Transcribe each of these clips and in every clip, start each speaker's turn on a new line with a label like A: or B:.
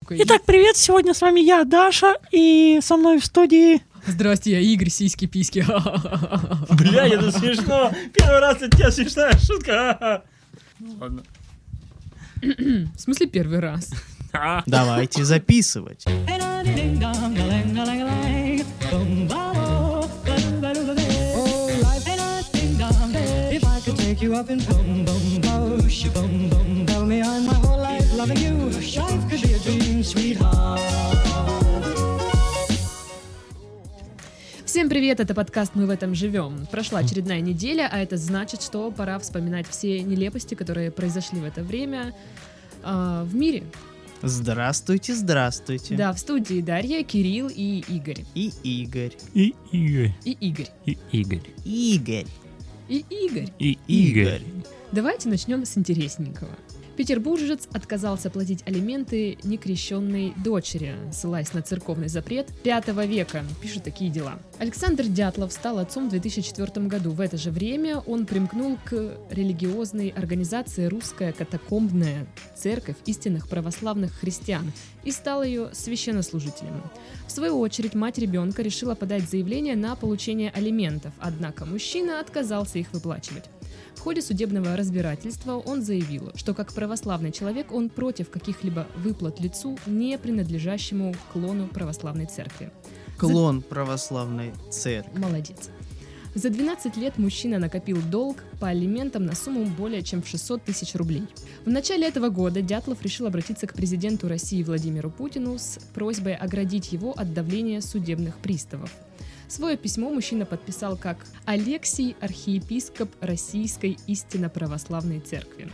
A: такой,
B: Итак, привет, сегодня с вами я, Даша, и со мной в студии...
A: здрасте, я Игорь, сиськи-письки.
C: Бля, это смешно. Первый раз от тебя смешная шутка. а-ха. Ну Ладно.
A: В смысле первый раз?
C: А,
D: Давайте записывать.
E: If I could take you up in boom boom boom, shoo, boom boom, tell me I'm my whole life loving you. Life could be a dream, sweetheart.
A: Всем привет, это подкаст «Мы в этом живем». Прошла очередная неделя, а это значит, что пора вспоминать все нелепости, которые произошли в это время а, в мире.
D: Здравствуйте, здравствуйте.
A: Да, в студии Дарья, Кирилл и Игорь.
D: И Игорь.
C: И Игорь.
A: И Игорь.
C: И Игорь.
D: Игорь.
A: И Игорь.
C: И
A: Давайте начнем с интересненького. Петербуржец отказался платить алименты некрещенной дочери, ссылаясь на церковный запрет 5 века. Пишут такие дела. Александр Дятлов стал отцом в 2004 году. В это же время он примкнул к религиозной организации «Русская катакомбная церковь истинных православных христиан» и стал ее священнослужителем. В свою очередь, мать ребенка решила подать заявление на получение алиментов, однако мужчина отказался их выплачивать. В ходе судебного разбирательства он заявил, что как православный человек он против каких-либо выплат лицу, не принадлежащему клону православной церкви.
D: Клон православной церкви.
A: Молодец. За 12 лет мужчина накопил долг по алиментам на сумму более чем в 600 тысяч рублей. В начале этого года Дятлов решил обратиться к президенту России Владимиру Путину с просьбой оградить его от давления судебных приставов. Свое письмо мужчина подписал как «Алексий, архиепископ Российской истинно-православной церкви».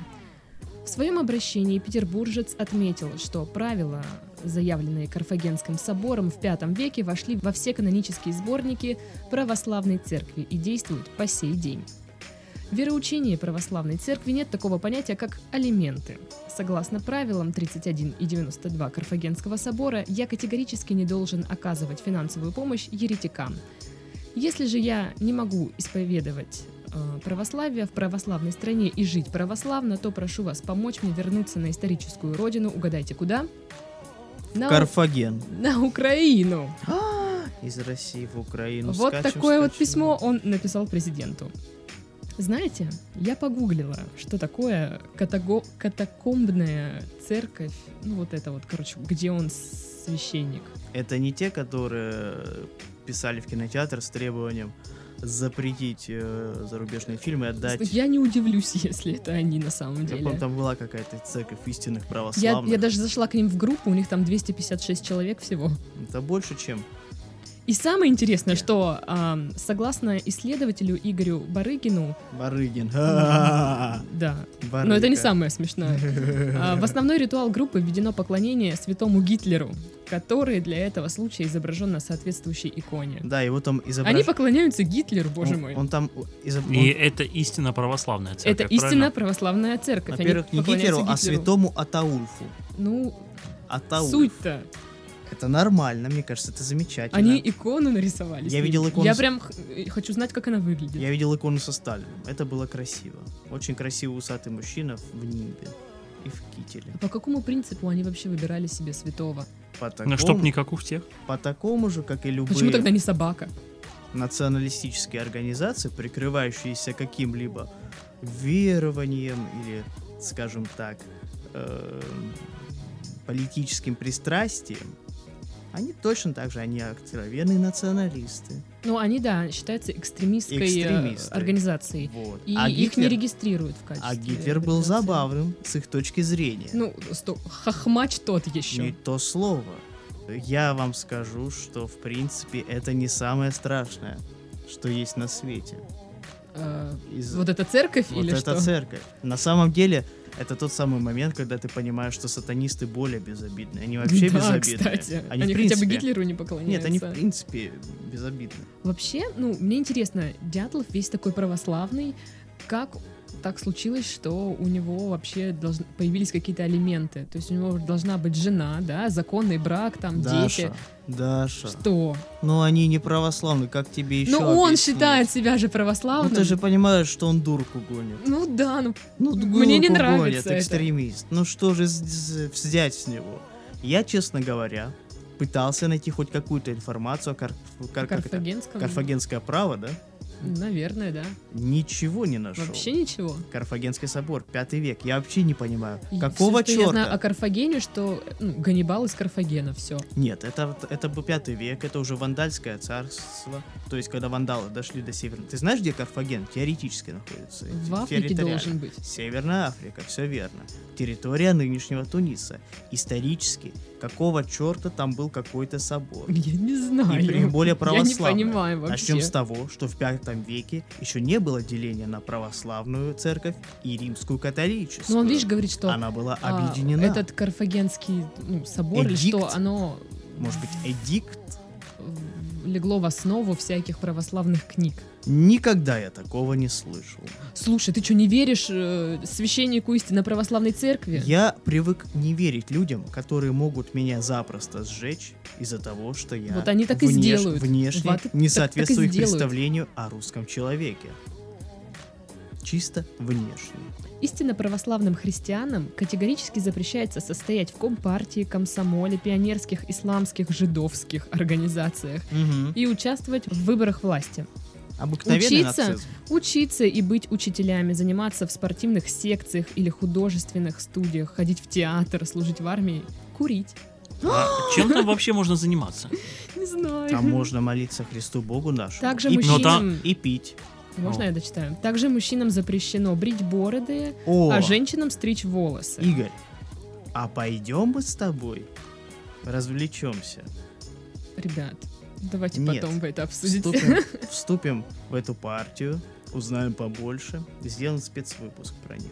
A: В своем обращении петербуржец отметил, что правила, заявленные Карфагенским собором в V веке, вошли во все канонические сборники православной церкви и действуют по сей день. В вероучении православной церкви нет такого понятия, как алименты. Согласно правилам 31 и 92 Карфагенского собора, я категорически не должен оказывать финансовую помощь еретикам. Если же я не могу исповедовать э, православие в православной стране и жить православно, то прошу вас помочь мне вернуться на историческую родину, угадайте куда? На, У-
D: Карфаген.
A: на Украину.
D: Из России в Украину.
A: вот
D: Ну, Скачем,
A: такое вот
D: скачем.
A: письмо он написал президенту. Знаете, я погуглила, что такое катаго- катакомбная церковь, ну вот это вот, короче, где он священник.
D: Это не те, которые э, писали в кинотеатр с требованием запретить э, зарубежные фильмы, и отдать.
A: Я не удивлюсь, если это они на самом
D: Я
A: деле.
D: помню, там была какая-то церковь истинных
A: Я,
D: православных.
A: я даже зашла к ним в группу, у них там 256 человек всего.
D: Это больше, чем...
A: И самое интересное,
D: Да.
A: что ам, согласно исследователю Игорю Барыгину,
D: Барыгин. Ха-ха-ха.
A: да, но это не
D: Барыга.
A: самое смешное. А, В основной ритуал группы введено поклонение святому Гитлеру, который для этого случая изображен на соответствующей иконе.
D: Да, его там
A: Они
D: изображали.
A: поклоняются Гитлеру, боже
D: он,
A: мой.
D: он там изоб-
C: И
D: он,
C: это истинно православная церковь.
A: Это истинно
C: правильно?
A: православная церковь. Они
D: во-первых, не
A: поклоняются
D: Гитлеру, а святому Атаульфу.
A: Ну,
D: Атаульф.
A: суть-то.
D: Это нормально, мне кажется, это замечательно.
A: Они икону нарисовали. с
D: Я
A: ним.
D: видел икону
A: Я
D: с-
A: прям х- э, хочу знать, как она выглядит.
D: Я видел икону со Сталином. Это было красиво. Очень красивый усатый мужчина в нимбе и в кителе.
A: А По какому принципу они вообще выбирали себе святого?
D: По такому,
C: Ну, чтоб не как у всех.
D: по такому же, как и любые
A: Почему тогда не собака?
D: националистические организации, прикрывающиеся каким-либо верованием или, скажем так, эм, политическим пристрастием, они точно так же, они откровенные националисты.
A: Ну, они, да, считаются экстремистской э,
D: Экстремисты.
A: организацией.
D: Вот.
A: И
D: а
A: их не
D: Гитлер-
A: регистрируют в качестве.
D: А Гитлер был
A: организации.
D: забавным с их точки зрения.
A: Ну, сто... хохмач тот еще.
D: Не то слово. Я вам скажу, что в принципе это не самое страшное, что есть на свете.
A: Э,
D: Из-
A: вот эта церковь
D: вот
A: или
D: эта
A: что?
D: церковь. На самом деле, это тот самый момент, когда ты понимаешь, что сатанисты более безобидные. Они вообще
A: да,
D: безобидные.
A: кстати.
D: Они,
A: Они
D: в
A: хотя бы
D: принципе-
A: Гитлеру не поклоняются.
D: Нет, они в принципе безобидны.
A: Вообще, ну, мне интересно, Дятлов весь такой православный, как так случилось, что у него вообще должны- появились какие-то алименты? То есть у него должна быть жена, да, законный брак, там, дети.
D: Даша, Даша.
A: Что?
D: Ну они не православные, как тебе еще
A: Ну, он
D: объяснить?
A: считает себя же
D: Ну
A: православным.
D: ты же понимаешь, что он дурку гонит.
A: Ну да, ну
D: Ну,
A: Мне не
D: глупо
A: нравится
D: гонят,
A: это.
D: экстремист. Ну что же с- с- взять с него? Я, честно говоря, пытался найти хоть какую-то информацию о кар- кар- как это?
A: Карфагенском?
D: карфагенское право, да?
A: Наверное, да.
D: Ничего не нашел.
A: Вообще ничего.
D: Карфагенский собор, пятый век. Я вообще не понимаю,
A: И
D: какого
A: всё, что
D: черта?
A: я знаю о Карфагене, что ну, Ганнибал из Карфагена, все.
D: Нет, это, вот- это был пятый век, это уже вандальское царство. То есть, когда вандалы дошли до Северной... Ты знаешь, где Карфаген теоретически находится?
A: В Африке
D: Территориально.
A: должен быть.
D: Северная Африка, все верно. Территория нынешнего Туниса. Исторически, какого черта там был какой-то собор?
A: Я не знаю.
D: И тем более
A: Я не
D: православная.
A: понимаю вообще.
D: Начнем с того, что в пятом веке еще не было деления на православную церковь и римскую католическую.
A: Ну, он, видишь, говорит, что
D: Она была
A: а,
D: объединена.
A: этот карфагенский ну, собор, или
D: Эдикт.
A: что оно
D: Может быть, эдикт?
A: в- легло в основу всяких православных книг.
D: Никогда я такого не слышал.
A: Слушай, ты что, не веришь э, священнику истинно православной церкви?
D: Я привык не верить людям, которые могут меня запросто сжечь из-за того, что я
A: Вот они так и
D: внеш-
A: сделают.
D: внешне
A: Вот и так- так и
D: не соответствую их
A: сделают.
D: представлению о русском человеке. Чисто внешне.
A: Истинно православным христианам категорически запрещается состоять в компартии, комсомоле, пионерских, исламских, жидовских организациях и участвовать в выборах власти.
D: Обыкновенный
A: Учиться?
D: нацизм.
A: Учиться и быть учителями, заниматься в спортивных секциях или художественных студиях, ходить в театр, служить в армии, курить.
C: А Чем там вообще можно заниматься?
A: Не знаю.
D: Там можно молиться Христу Богу нашему.
A: Также
D: и,
A: мужчинам...
D: пить, и пить.
A: Можно
D: ну.
A: я дочитаю? Также мужчинам запрещено брить бороды,
D: О,
A: а женщинам стричь волосы.
D: Игорь, а пойдем мы с тобой развлечемся?
A: Ребят, давайте
D: Нет.
A: потом вы это обсудите.
D: Вступим, вступим в эту партию, узнаем побольше, сделаем спецвыпуск про них.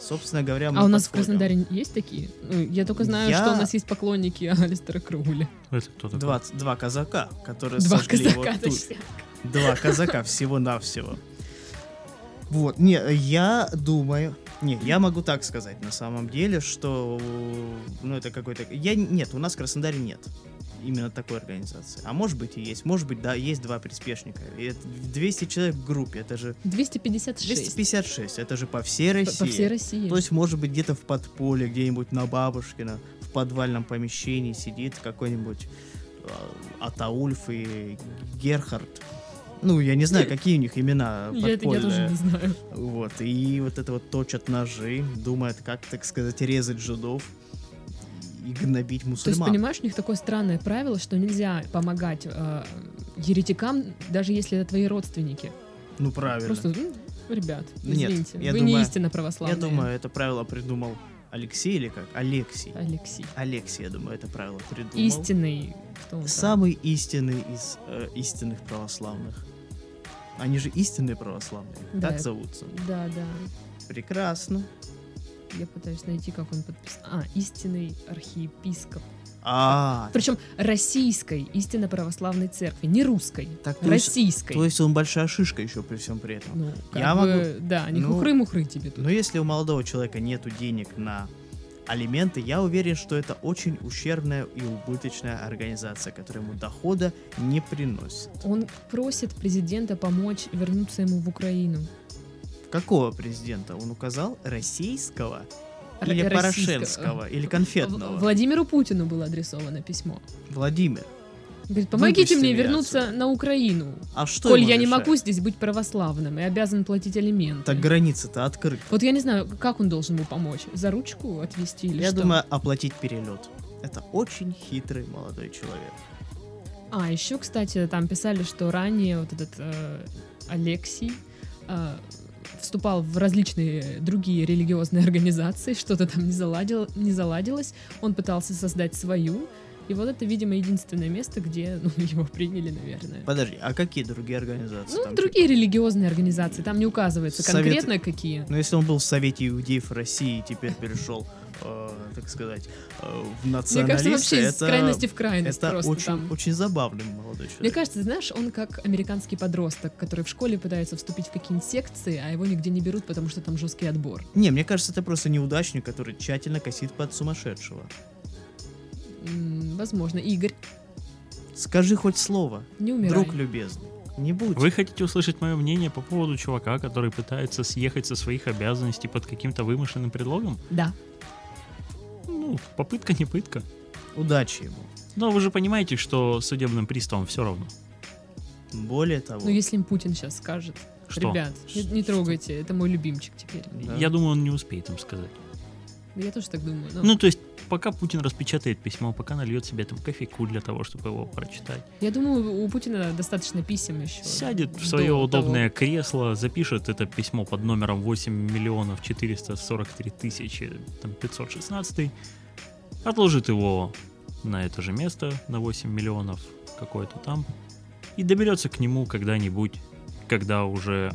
D: Собственно говоря, мы
A: А у нас в
D: подходим.
A: Краснодаре есть такие? Ну, Я только знаю,
D: Я-
A: что у нас есть поклонники Алистера Кругуля.
C: Это кто такой?
D: Два, два казака, которые
A: Два
D: сожгли
A: казака,
D: его тут.
A: точнее.
D: Два казака всего-навсего. Вот, не, я думаю, не, я могу так сказать на самом деле, что, ну, это какой-то, я, нет, у нас в Краснодаре нет именно такой организации. А может быть и есть, может быть, да, есть два приспешника. И это 200 человек в группе, это же
A: 256.
D: 256, это же по всей
A: По-
D: России.
A: По всей России.
D: То есть, может быть, где-то в подполе, где-нибудь на Бабушкина, в подвальном помещении сидит какой-нибудь э, Атаульф и Герхард. Ну, я не знаю, какие у них имена
A: Я это я тоже
D: подпольные.
A: не знаю.
D: Вот, и вот это вот точат ножи, думают, как, так сказать, резать жидов и гнобить
A: То есть,
D: мусульман.
A: понимаешь, у них такое странное правило, что нельзя помогать э, еретикам, даже если это твои родственники.
D: ну, правильно.
A: Просто, ну, ребят,
D: Ну, нет,
A: извините,
D: я
A: вы не
D: думаю-
A: истинно
D: я
A: православные.
D: думаю, это правило придумал Алексей или как? Алексей.
A: Алексей.
D: Алексей, я думаю, это правило придумал.
A: Истинный. Кто он там?
D: Самый истинный из э, истинных православных. Они же истинные православные.
A: Да.
D: Так зовутся.
A: Да, да.
D: Прекрасно.
A: Я пытаюсь найти, как он подписан. А, истинный архиепископ.
D: А,
A: Причем российской истинно православной церкви, не русской,
D: так то есть,
A: российской.
D: то есть он большая шишка еще при всем при этом.
A: Ну, как
D: Я
A: бы, да, не
D: ну,
A: хухры-мухры тебе тут.
D: Но если у молодого человека нету денег на алименты, я уверен, что это очень ущербная и убыточная организация, которая ему дохода не приносит.
A: Он просит президента помочь вернуться ему в Украину.
D: Какого президента он указал? Российского?
A: Р-
D: или
A: российского.
D: Порошенского? Или
A: В-
D: конфетного?
A: Владимиру Путину было адресовано письмо.
D: Владимир.
A: Говорит, помогите
D: Выпусти
A: мне
D: меня
A: вернуться
D: отсюда».
A: на Украину,
D: А что
A: коль
D: ему
A: я не
D: мешает?
A: могу здесь быть православным и обязан платить алименты.
D: Так граница-то открыта.
A: Вот я не знаю, как он должен ему помочь? За ручку отвести или
D: Я
A: что?
D: думаю, оплатить перелет. Это очень хитрый молодой человек.
A: А, еще, кстати, там писали, что ранее вот этот э, Алексий э, вступал в различные другие религиозные организации, что-то там не, заладил, не заладилось, он пытался создать свою, и вот это, видимо, единственное место, где ну, его приняли, наверное.
D: Подожди, а какие другие организации?
A: Ну,
D: там
A: другие
D: типа?
A: религиозные организации, там не указывается
D: Совет-
A: конкретно какие.
D: Ну, если он был в Совете Иудеев России и теперь перешел, э, так сказать, э, в
A: Мне кажется,
D: националисты,
A: вообще из
D: это,
A: крайности в крайность
D: это
A: просто
D: очень,
A: там.
D: очень забавный молодой человек.
A: Мне кажется, знаешь, он как американский подросток, который в школе пытается вступить в какие-нибудь секции, а его нигде не берут, потому что там жесткий отбор.
D: Не, мне кажется, это просто неудачник, который тщательно косит под сумасшедшего.
A: М, Возможно. Игорь,
D: Скажи хоть слово,
A: не умирай.
D: друг любезный. Не будь.
C: Вы хотите услышать мое мнение по поводу чувака, который пытается съехать со своих обязанностей под каким-то вымышленным предлогом?
A: Да.
C: Ну, попытка не пытка.
D: Удачи ему.
C: Но вы же понимаете, что судебным приставам все равно.
D: Более того,
A: Ну, если им Путин сейчас скажет,
C: Что?
A: ребят, не, не трогайте, это мой любимчик теперь.
D: да.
C: Я думаю, он не успеет им сказать.
A: Да я тоже так думаю. но-
C: Ну, то есть, пока Путин распечатает письмо, пока нальет себе там кофейку для того, чтобы его прочитать,
A: я думаю, у Путина достаточно писем еще.
C: сядет в
A: до
C: свое
A: того.
C: удобное кресло, запишет это письмо под номером 8 миллионов 443 тысячи там, 516, отложит его на это же место, на 8 миллионов какое-то там, и доберется к нему когда-нибудь, когда уже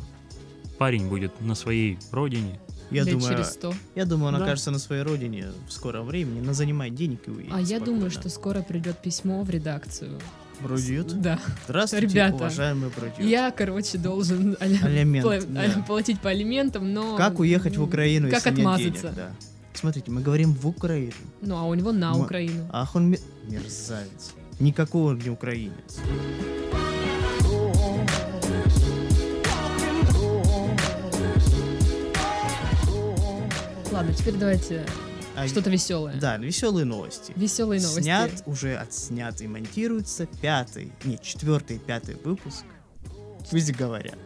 C: парень будет на своей родине.
D: я
A: Лет
D: думаю,
A: через 100.
D: я думаю, он
C: Да.
D: окажется на своей родине в скором времени, она занимает денег и уедет.
A: А я думаю, что
D: спокойно.
A: скоро придет письмо в редакцию.
D: Брудют?
A: Да.
D: Здравствуйте,
A: Ребята,
D: уважаемый брудют.
A: Я, короче, должен а-ля
D: Алимент,
A: пла- а-ля
D: да.
A: платить по алиментам, но...
D: Как уехать в Украину,
A: Как
D: если нет
A: отмазаться?
D: денег? Да. Смотрите, мы говорим в Украину.
A: Ну, а у него на
D: Ма-
A: Украину.
D: Ах, он ме- мерзавец. Никакой он не украинец.
A: Ладно, теперь давайте
D: А,
A: что-то веселое.
D: Да, веселые новости.
A: Веселые новости.
D: Снят, уже отснят и монтируется пятый, нет, четвертый и пятый выпуск. Пусть говорят.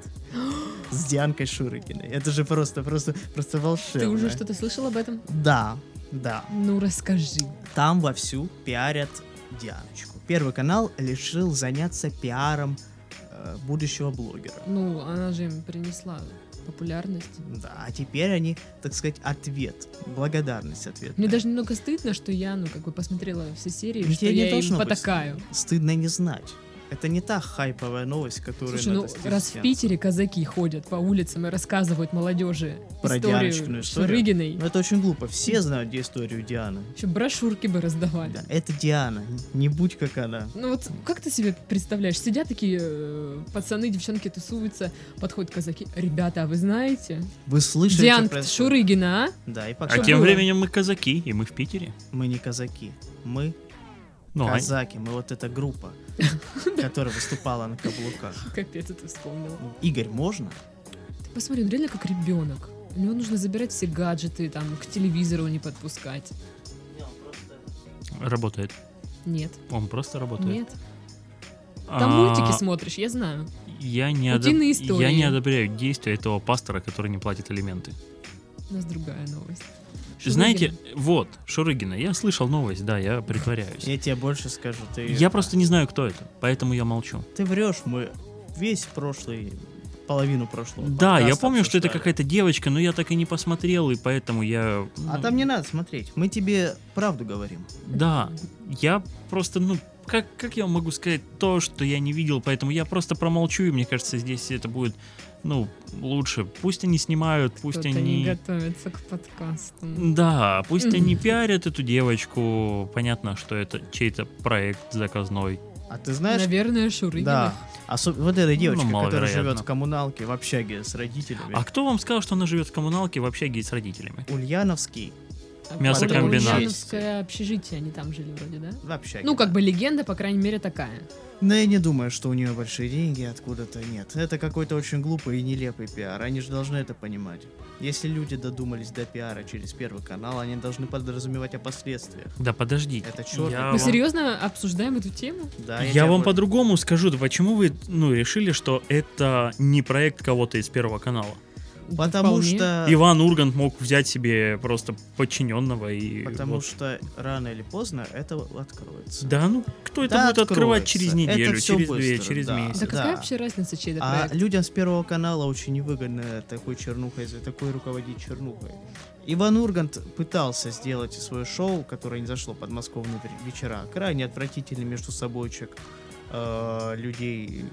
D: С Дианкой Шурыгиной. Это же просто, просто, просто волшебно.
A: Ты уже что-то слышал об этом?
D: Да, да.
A: Ну, расскажи.
D: Там вовсю пиарят Дианочку. Первый канал решил заняться пиаром э, будущего блогера.
A: Ну, она же им принесла популярность.
D: Да, а теперь они, так сказать, ответ, благодарность ответ.
A: Мне даже немного стыдно, что я, ну, как бы посмотрела все серии,
D: Тебе
A: что
D: не
A: я им
D: должно быть
A: потакаю.
D: Стыдно не знать. Это не та хайповая новость, которую
A: Слушай, ну
D: надо
A: раз в
D: стесняться.
A: Питере казаки ходят по улицам и рассказывают молодежи
D: Про
A: историю
D: Дианочкину историю?
A: Шурыгиной,
D: Ну, это очень глупо. Все знают где историю Дианы.
A: еще брошюрки бы раздавали.
D: Да, это Диана. Н- Не будь как она.
A: Ну вот как ты себе представляешь, сидят такие э, пацаны, девчонки тусуются, подходят казаки, ребята, а вы знаете?
D: Вы слышали, что
A: Дианка
D: происходит?
A: Шурыгина, а?
D: Да, и
C: А
D: пока
A: Чтоб
C: тем
A: было.
C: временем мы казаки, и мы в Питере.
D: мы не казаки. Мы
C: Ну, а-
D: казаки. Мы вот эта группа, которая выступала на каблуках. Ну,
A: Капец, это вспомнила.
D: Игорь, можно?
A: Ты посмотри, он реально как ребенок. У него нужно забирать все гаджеты, там, к телевизору не подпускать.
C: работает.
A: Нет,
C: Он просто работает.
A: нет. Там
C: А,
A: мультики смотришь, я знаю.
C: Я не, одоб-
A: Утиные
C: я
A: истории.
C: не одобряю действия этого пастора, который не платит алименты.
A: У нас другая новость.
C: Знаете, вот, Шурыгина, я слышал новость, да, я притворяюсь.
D: Я тебе больше скажу. Ты,
C: Я просто не знаю, кто это, поэтому я молчу.
D: Ты врешь, мы весь прошлый, половину прошлого.
C: Да, я
D: подкаста
C: помню, что это
D: обсуждали.
C: какая-то девочка, но я так и не посмотрел, и поэтому я...
D: А
C: ну,
D: там не надо смотреть. Мы тебе правду говорим.
C: Да, я просто, ну, как, как я могу сказать то, что я не видел, поэтому я просто промолчу, и мне кажется, здесь это будет, ну, лучше. Пусть они снимают, пусть
A: Кто-то не
C: они...
A: готовится к подкасту.
C: Да, пусть они пиарят эту девочку. Понятно, что это чей-то проект заказной.
D: А ты знаешь,
A: Наверное, Шурыгина.
D: Да. Осо- вот эта девочка, которая
C: Ну, маловероятно.
D: живет в коммуналке, в общаге с родителями.
C: А кто вам сказал, что она живет в коммуналке в общаге и с родителями?
D: Ульяновский
A: А
C: Мясокомбинат.
A: потом Ульяновское общежитие, они там жили вроде, да?
D: в общаге.
A: Ну, как бы легенда, по крайней мере, такая.
D: Но Ну, я не думаю, что у нее большие деньги откуда-то нет. Это какой-то очень глупый и нелепый пиар. Они же должны это понимать. Если люди додумались до пиара через первый канал, они должны подразумевать о последствиях.
C: Да подождите.
D: Это чёрный
C: я
D: пиар.
A: Мы
C: вам-
A: серьезно обсуждаем эту тему?
D: Да,
C: Я,
D: тебе
C: вам
D: боль-
C: по-другому скажу, да почему вы ну, решили, что это не проект кого-то из Первого канала?
D: Потому
A: Вполне.
D: что...
C: Иван Ургант мог взять себе просто подчиненного и...
D: Потому
C: вот.
D: что рано или поздно это откроется.
C: Да, ну кто это
D: Да,
C: будет открывать
D: откроется.
C: через
D: Это
C: неделю,
D: всё
C: через две,
D: быстро,
C: через
D: да.
C: месяц?
A: Да какая
D: Да.
A: вообще разница, чей это
D: А
A: проект?
D: людям с первого канала очень невыгодно такой чернухой, за такой руководить чернухой. Иван Ургант пытался сделать свое шоу, которое не зашло подмосковные ве- вечера. Крайне отвратительный между собойчик э, людей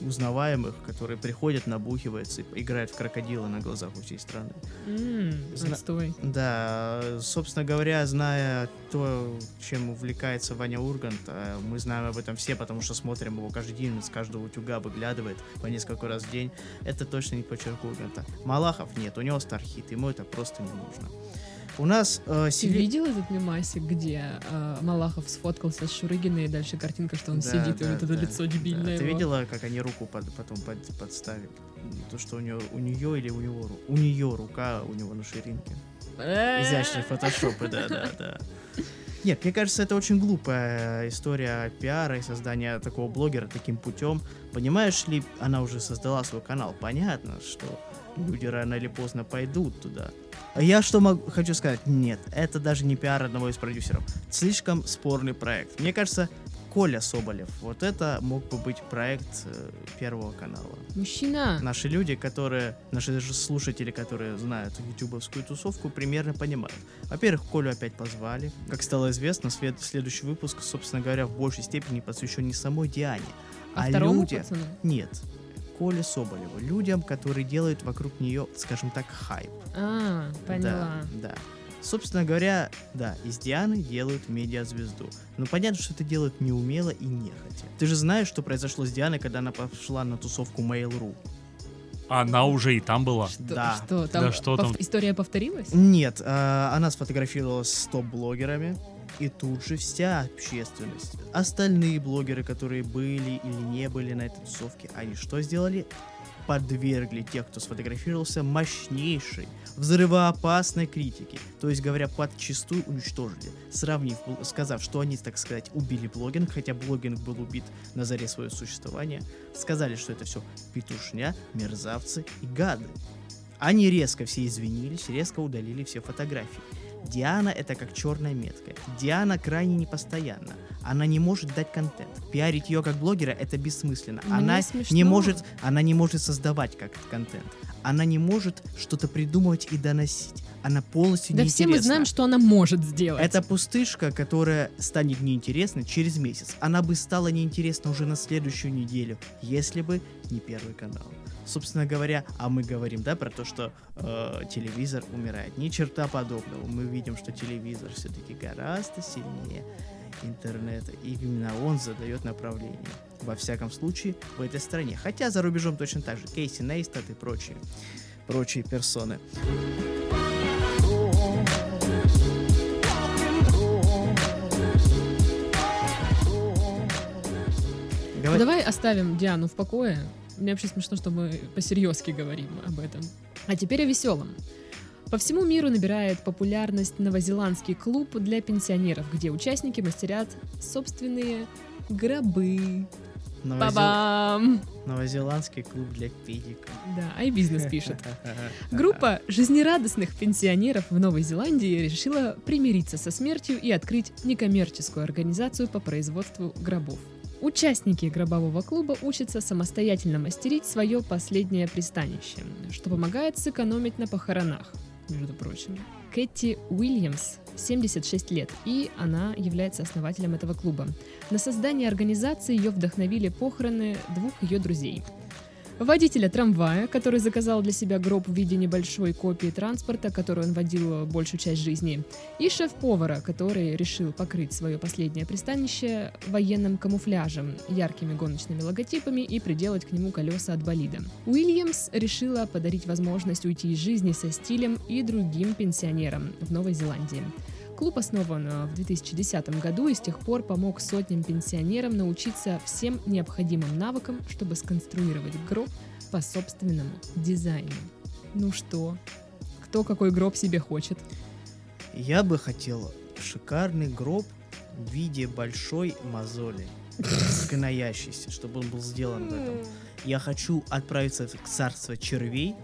D: узнаваемых, которые приходят, набухиваются, и играют в крокодила на глазах у всей страны.
A: М,
D: Зна-
A: Отстой.
D: Да, э, собственно говоря, зная то, чем увлекается Ваня Ургант, э, мы знаем об этом все, потому что смотрим его каждый день, он из каждого утюга выглядывает по несколько раз в день. Это точно не почерк Урганта. Малахов нет, у него стархит, ему это просто не нужно. У нас э,
A: Ты
D: сели-
A: видел этот мемасик, где э, Малахов сфоткался с Шурыгиной, и дальше картинка, что он
D: Да,
A: сидит, и
D: да,
A: вот это
D: да,
A: лицо дебильное.
D: да. Ты
A: его.
D: видела, как они руку под- потом под- подставили? То, что у нее, у нее или у него, ру- у нее рука, у него на ширинке.
A: Э,
D: Изящный фотошоп, да, да, да. Нет, мне кажется, это очень глупая история пиара и создания такого блогера таким путем. Понимаешь ли, она уже создала свой канал. Понятно, что люди рано или поздно пойдут туда. А я что могу, хочу сказать? Нет, это даже не пиар одного из продюсеров. Слишком спорный проект. Мне кажется, Коля Соболев. Вот это мог бы быть проект э, Первого канала.
A: Мужчина,
D: Наши люди, которые, наши же слушатели, которые знают ютубовскую тусовку, примерно понимают. Во-первых, Колю опять позвали. Как стало известно, след- следующий выпуск, собственно говоря, в большей степени посвящен не самой Диане,
A: а,
D: а,
A: второму
D: людям.
A: пацану?
D: Нет, Коле Соболеву. Людям, которые делают вокруг нее, скажем так, хайп.
A: А, поняла.
D: Да, да. Собственно говоря, да, из Дианы делают медиазвезду. Но понятно, что это делают неумело и нехотя. Ты же знаешь, что произошло с Дианой, когда она пошла на тусовку Mail.ru.
C: Она уже и там была.
A: Что,
D: Да.
A: что там?
C: Да что там?
A: История повторилась?
D: Нет, э, она сфотографировалась с топ-блогерами, и тут же вся общественность. Остальные блогеры, которые были или не были на этой тусовке, они что сделали? подвергли тех, кто сфотографировался, мощнейшей, взрывоопасной критике. То есть, говоря подчистую, уничтожили. Сравнив, бл- сказав, что они, так сказать, убили блогинг, хотя блогинг был убит на заре своего существования, сказали, что это все петушня, мерзавцы и гады. Они резко все извинились, резко удалили все фотографии. Диана это как черная метка. Диана крайне непостоянна. Она не может дать контент. Пиарить ее как блогера это бессмысленно.
A: Мне
D: она не
A: Ну, смешно.
D: может, она не может создавать как контент. Она не может что-то придумывать и доносить. Она полностью
A: Да все
D: неинтересна.
A: мы знаем, что она может сделать.
D: Это пустышка, которая станет неинтересна через месяц. Она бы стала неинтересна уже на следующую неделю, если бы не первый канал. Собственно говоря, а мы говорим, да, про то, что э, телевизор умирает. Ни черта подобного. Мы видим, что телевизор все-таки гораздо сильнее интернета. И именно он задает направление. Во всяком случае, в этой стране. Хотя за рубежом точно так же. Кейси Нейстат и прочие, прочие персоны. Говор-
A: Давай оставим Диану в покое. Мне вообще смешно, что мы по-серьезки говорим об этом. А теперь о веселом. По всему миру набирает популярность новозеландский клуб для пенсионеров, где участники мастерят собственные гробы.
D: Новозел-
A: Бабам!
D: Новозеландский клуб для педиков.
A: Да, и бизнес пишет. Группа жизнерадостных пенсионеров в Новой Зеландии решила примириться со смертью и открыть некоммерческую организацию по производству гробов. Участники гробового клуба учатся самостоятельно мастерить свое последнее пристанище, что помогает сэкономить на похоронах, между прочим. Кэти Уильямс, 76 лет, и она является основателем этого клуба. На создание организации ее вдохновили похороны двух ее друзей. Водителя трамвая, который заказал для себя гроб в виде небольшой копии транспорта, которую он водил э, большую часть жизни, и шеф-повара, который решил покрыть свое последнее пристанище военным камуфляжем, яркими гоночными логотипами и приделать к нему колеса от болида. Уильямс решила подарить возможность уйти из жизни со стилем и другим пенсионерам в Новой Зеландии. Клуб основан э, в 2010 году и с тех пор помог сотням пенсионерам научиться всем необходимым навыкам, чтобы сконструировать гроб по собственному дизайну. Ну что, кто какой гроб себе хочет?
D: Я бы хотел шикарный гроб в виде большой мозоли, гноящейся, чтобы он был сделан в этом. Я хочу отправиться в царство червей.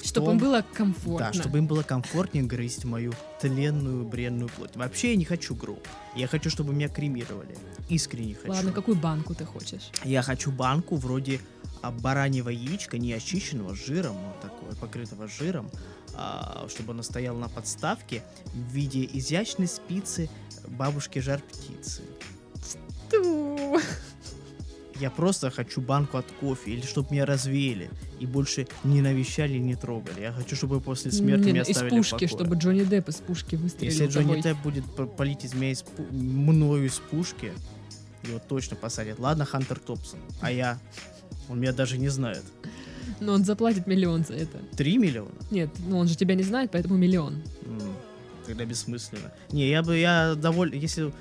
D: в
A: Чтобы
D: том-
A: им было комфортно.
D: Да, чтобы им было комфортнее грызть мою тленную, бренную плоть. Вообще я не хочу гроб. Я хочу, чтобы меня кремировали. Искренне хочу.
A: Ладно, какую банку ты хочешь?
D: Я хочу банку вроде а, бараньего яичка, не очищенного, с жиром, вот такое, покрытого жиром, а, чтобы она стояла на подставке в виде изящной спицы бабушки жар-птицы. Я просто хочу банку от кофе, или чтобы меня развеяли и больше не навещали, не трогали. Я хочу, чтобы после смерти
A: Мне
D: меня
A: из
D: оставили в
A: пушки,
D: покое.
A: чтобы Джонни Депп из пушки выстрелил
D: Если Джонни
A: тобой.
D: Депп будет п- палить из меня из пу- мною из пушки, его точно посадят. Ладно, Хантер Топсон, а я? Он меня даже не знает.
A: Но он заплатит миллион за это.
D: Три миллиона?
A: Нет, ну он же тебя не знает, поэтому миллион.
D: М, Тогда бессмысленно. Не, я бы, я доволен, если...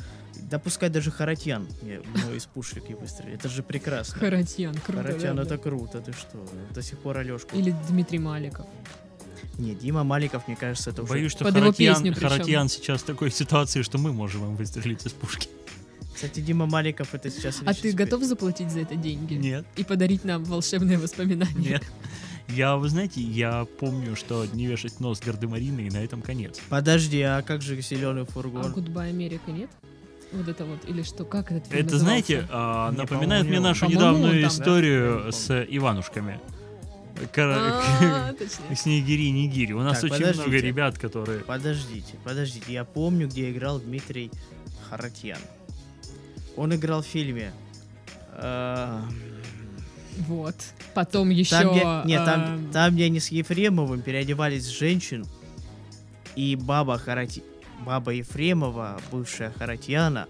D: Да пускай даже Харатьян мне мною из пушки выстрелит. Это же прекрасно.
A: Харатьян, круто.
D: Харатьян,
A: да, да.
D: это круто, ты что? До сих пор Алешку.
A: Или Дмитрий Маликов.
D: Не, Дима Маликов, мне кажется, это уже...
C: Боюсь, что
A: Под его
C: Харатьян-
A: песню причем.
C: Харатьян сейчас в такой ситуации, что мы можем им выстрелить из пушки.
D: Кстати, Дима Маликов это сейчас...
A: А
D: лишь
A: ты
D: из-
A: готов заплатить за это деньги?
C: Нет,
A: И подарить нам волшебные воспоминания?
C: нет. Я, вы знаете, я помню, что не вешать нос гардемарины, и на этом конец.
D: Подожди, а как же зеленый
A: А
D: фургон?
A: Goodbye Америка нет? Вот это вот, или что, как этот фильм
C: Это,
A: назывался?
C: знаете, а,
D: Не,
C: напоминает
D: по-моему,
C: мне
D: он.
C: нашу
A: По-моему, он там,
C: недавнюю
A: да?
C: историю
D: Я не
C: с Иванушками. Кара-
D: э,
A: А, точнее.
C: Снегири, Нигири. У нас
D: Так,
C: очень
D: подождите.
C: много ребят, которые...
D: Подождите, подождите, я помню, где играл Дмитрий Харатьян. Он играл в фильме... э,
A: Вот. Потом еще...
D: Там, где, не,
A: а,
D: там, там, где они с Ефремовым переодевались в женщин, и баба Харати... баба Ефремова, бывшая Харатьяна,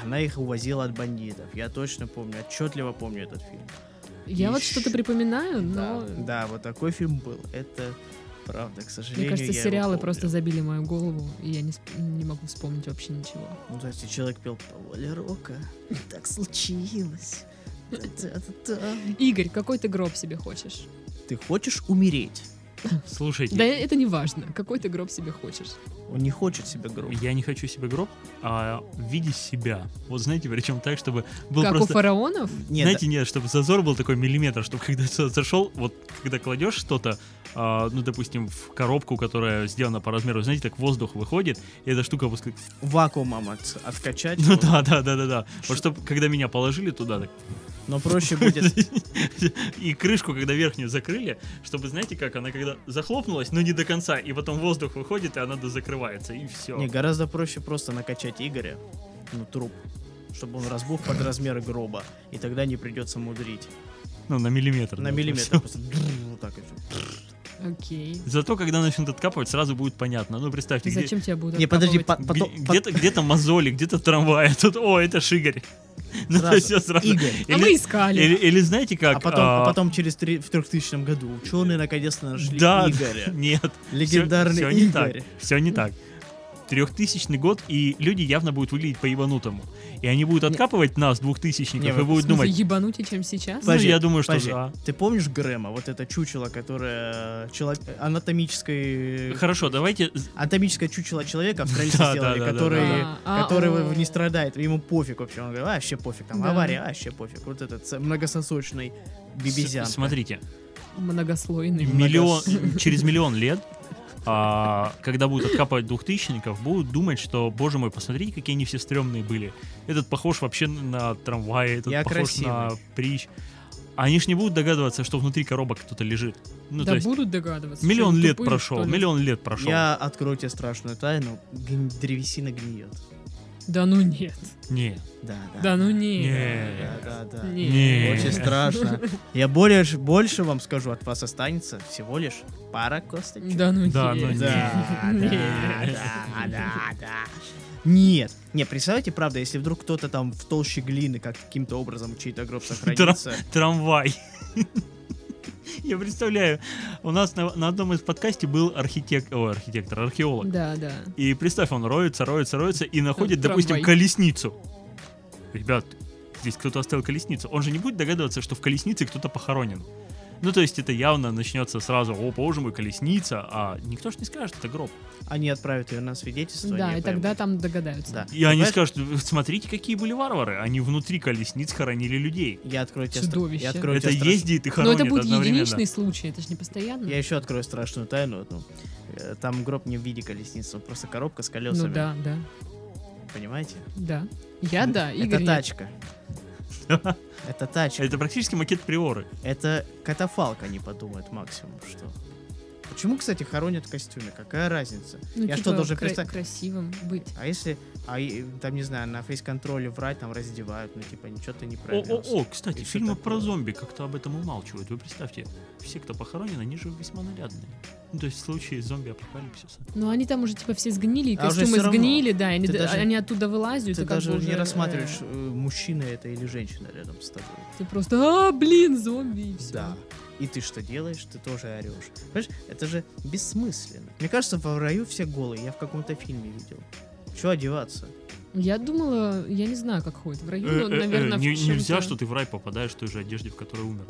D: она их увозила от бандитов. Я точно помню, отчетливо помню этот фильм.
A: Я вот
D: ищ-
A: что-то припоминаю, но...
D: Да, да, вот такой фильм был. Это правда, к
A: Мне
D: сожалению.
A: кажется,
D: я его
A: сериалы
D: помню.
A: просто забили мою голову, и я не, сп- не могу вспомнить вообще ничего.
D: Ну, то есть человек пел по воле рока. Так случилось. Да-да-да-да.
A: Игорь, какой ты гроб себе хочешь?
D: Ты хочешь умереть?
C: Слушайте,
A: Да это не важно, какой ты гроб себе хочешь.
D: Он не хочет себя громко.
C: Я не хочу себе гроб, а в виде себя. Вот знаете, причем так, чтобы был
A: как у
C: просто...
A: фараонов?
D: Нет,
C: знаете, нет, чтобы зазор был такой миллиметр, чтобы когда ты зашел, вот когда кладешь что-то, а, ну, допустим, в коробку, которая сделана по размеру, знаете, так воздух выходит, и эта штука вот как-
D: вакуумом от- откачать.
C: Ну
D: его.
C: да, да, да, да, да. Вот чтобы, когда меня положили туда, так,
D: Но проще будет...
C: и крышку, когда верхнюю закрыли, чтобы, знаете, как она когда захлопнулась, но не до конца, и потом воздух выходит, и она дозакрывается, и все.
D: Не, гораздо проще просто накачать Игоря, ну, труп, чтобы он разбух под размер гроба, и тогда не придется мудрить.
C: Ну, на миллиметр. да,
D: На миллиметр
C: всё.
D: просто бррр, вот так и всё.
A: Окей.
C: Зато, когда начнут откапывать, сразу будет понятно. Ну, представьте, где-
A: Зачем тебя будут
D: Не, подожди,
A: откапывать?
D: по- потом...
C: где- где-то, где-то мозоли, где-то трамвай, а тут, о, это Шигарь. Надо
D: Сразу.
C: все сразу.
D: Игорь.
A: А мы
C: Или, или,
A: искали.
C: или знаете как?
D: А потом, а потом через три, в 3000 году ученые наконец-то нашли
C: да,
D: Игоря.
C: нет.
D: Легендарный
C: все, не так.
D: Игорь.
C: Все не так. Трехтысячный год, и люди явно будут выглядеть по-ебанутому. И они будут откапывать нас, двухтысячников,
D: Не,
C: и
D: вы-
A: В
C: будут
A: смысле,
C: думать,
A: ебанутее, чем сейчас?
C: ну,
D: Подожди,
C: я думаю, что
D: подожди.
C: да.
D: Ты помнишь Грэма, вот это чучело, которое э, чело- анатомической...
C: Хорошо, давайте...
D: Анатомическое чучело человека австралийцы
C: Да, да,
D: сделали,
C: да, да,
D: который,
A: да. А,
D: который
A: а,
D: в-
A: о.
D: не страдает, ему пофиг вообще, он говорит, а, вообще пофиг, там
A: Да.
D: авария, а, вообще пофиг, вот этот с- многососочный бибизян.
C: с- Смотрите,
A: Многослойный.
C: миллион, через миллион лет, а, когда будут откапывать двухтысячников, будут думать, что, боже мой, посмотрите, какие они все стрёмные были. Этот похож вообще на трамвай, этот
D: Я
C: похож на
D: красивый.
C: притч. Они ж не будут догадываться, что внутри коробок кто-то лежит. Ну, то
A: Да
C: есть,
A: будут догадываться.
C: миллион
A: что они
C: лет
A: тупые,
C: прошел,
A: что ли?
C: миллион лет прошел.
D: Я открою тебе страшную тайну, гн- древесина гниет.
A: Да ну нет.
C: Не.
D: Да, да.
A: Да ну нет.
D: Да,
C: Не.
D: да, да.
C: Не.
D: Очень страшно. Я более, ж- больше вам скажу, от вас останется всего лишь пара косточек.
A: Да ну
C: Да, ну
A: нет.
C: нет.
D: Да,
A: Не.
D: да, да, да, да. Нет. Не, представьте, правда, если вдруг кто-то там в толще глины как каким-то образом чей-то гроб сохранится.
C: Трамвай. Я представляю, у нас на, на одном из подкастов был архитек... о, архитектор, археолог.
A: Да, да.
C: И представь, он роется, роется, роется и находит,
A: Трамвай.
C: допустим, колесницу. Ребят, здесь кто-то оставил колесницу. Он же не будет догадываться, что в колеснице кто-то похоронен. Ну, то есть это явно начнется сразу, о, боже мой, колесница, а никто же не скажет, это гроб.
D: Они отправят ее на свидетельство.
A: Да,
D: они
A: и тогда
D: поймут.
A: там догадаются.
D: Да.
C: И они
D: Понимаешь?
C: скажут, смотрите, какие были варвары, они внутри колесниц хоронили людей.
D: Я открою тебе стра-
A: Чудовище.
D: я открою
C: это
D: тебе страшную-
C: ездит и
A: Но
C: хоронит
A: это будет
C: одновременно.
A: единичный случай, это же не постоянно.
D: Я еще открою страшную тайну. одну. Э, Там гроб не в виде колесницы, он просто коробка с колесами.
A: ну да, да,
D: Понимаете?
A: да. Я да, А, Игорь.
D: Это
A: нет.
D: тачка. Это тачка.
C: Это практически макет приоры.
D: Это катафалк, они подумают максимум, что. Почему, кстати, хоронят в костюме? Какая разница?
A: Ну,
D: Я
A: типа,
D: что, должен
A: кра-
D: представь-
A: красивым быть.
D: А если, а и- там, не знаю, на фейс-контроле врать, там раздевают, ну, типа, ничего ты не
C: О,
D: провел.
C: о, о, кстати,
D: И всё
C: фильмы
D: такое.
C: про зомби как-то об этом умалчивают. Вы представьте, все, кто похоронен, они же весьма нарядные. Ну, то есть в случае зомби-апокалипсиса.
A: Но они там уже типа все сгнили, и
D: А уже
A: костюмы
D: всё равно.
A: сгнили, да, и они,
D: Ты
A: д-
D: даже-
A: они оттуда вылазят.
D: Ты
A: и как
D: даже
A: бы
D: не
A: уже,
D: рассматриваешь,
A: э,
D: э, мужчина это или женщина рядом с тобой.
A: ты просто, а, блин, зомби, и все.
D: Да. И ты что делаешь? Ты тоже орешь. Понимаешь, это же бессмысленно. Мне кажется, в раю все голые. Я в каком-то фильме видел. Чего одеваться?
A: Я думала, я не знаю, как ходит в раю,
C: Э,
A: но,
C: э, э,
A: наверное, Ну, в
C: не- Нельзя,
A: чем-то-
C: что ты в рай попадаешь в той же одежде, в которой умер.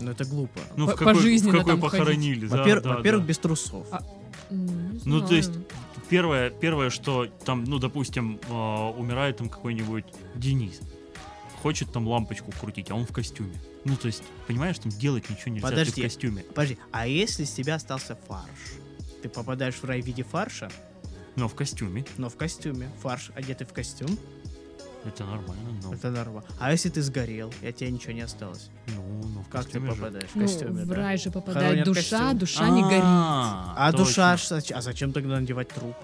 D: Но это глупо.
C: Ну,
A: По-
C: в какой, в
A: пожизненно
C: какой
A: там ходить.
C: похоронили. да,
D: Во-первых,
C: да,
D: во-первых,
C: да.
D: без трусов.
A: А- М, не
C: Ну, то есть,
A: знаю.
C: Первое, первое, что там, ну, допустим, э, умирает там какой-нибудь Денис. Хочет там лампочку крутить, а он в костюме. Ну, то есть, понимаешь, там делать ничего нельзя, ты
D: Подожди.
C: в костюме.
D: Подожди, а если с тебя остался фарш? Ты попадаешь в рай в виде фарша,
C: Но в костюме.
D: но в костюме. Фарш одетый в костюм,
C: Это нормально, но,
D: это норма. А если ты сгорел, и от тебя ничего не осталось?
C: ну, но в
D: Как ты
C: костюме же.
D: попадаешь в
A: Ну,
D: костюме?
A: в
D: да?
A: рай же попадает
D: Хоронят
A: душа,
D: костюм.
A: душа не горит.
D: А
C: точно.
D: душа, ж зач- а зачем тогда надевать труп?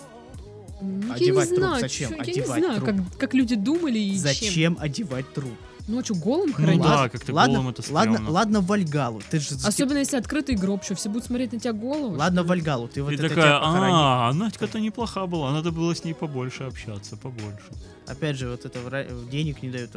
A: М, Ну, Я не
D: Одевать труп
A: знаю,
D: зачем?
A: чё- я не
D: Одевать
A: знаю,
D: труп.
A: как, как люди думали и чем.
D: Зачем одевать труп?
A: Ну, а что, голым
C: Ну
A: хоронить?
C: да, как-то голым это
D: ладно,
C: стрёмно.
D: ладно, Вальгалу. Ты же за-
A: Особенно если открытый гроб, что все будут смотреть на тебя голову.
D: Ладно, Вальгалу, ты вот
C: И
D: это
C: такая,
D: тебя похорони.
C: а, Надька-то неплоха была, надо было с ней побольше общаться, побольше.
D: Опять же, вот это в ра- денег не дают.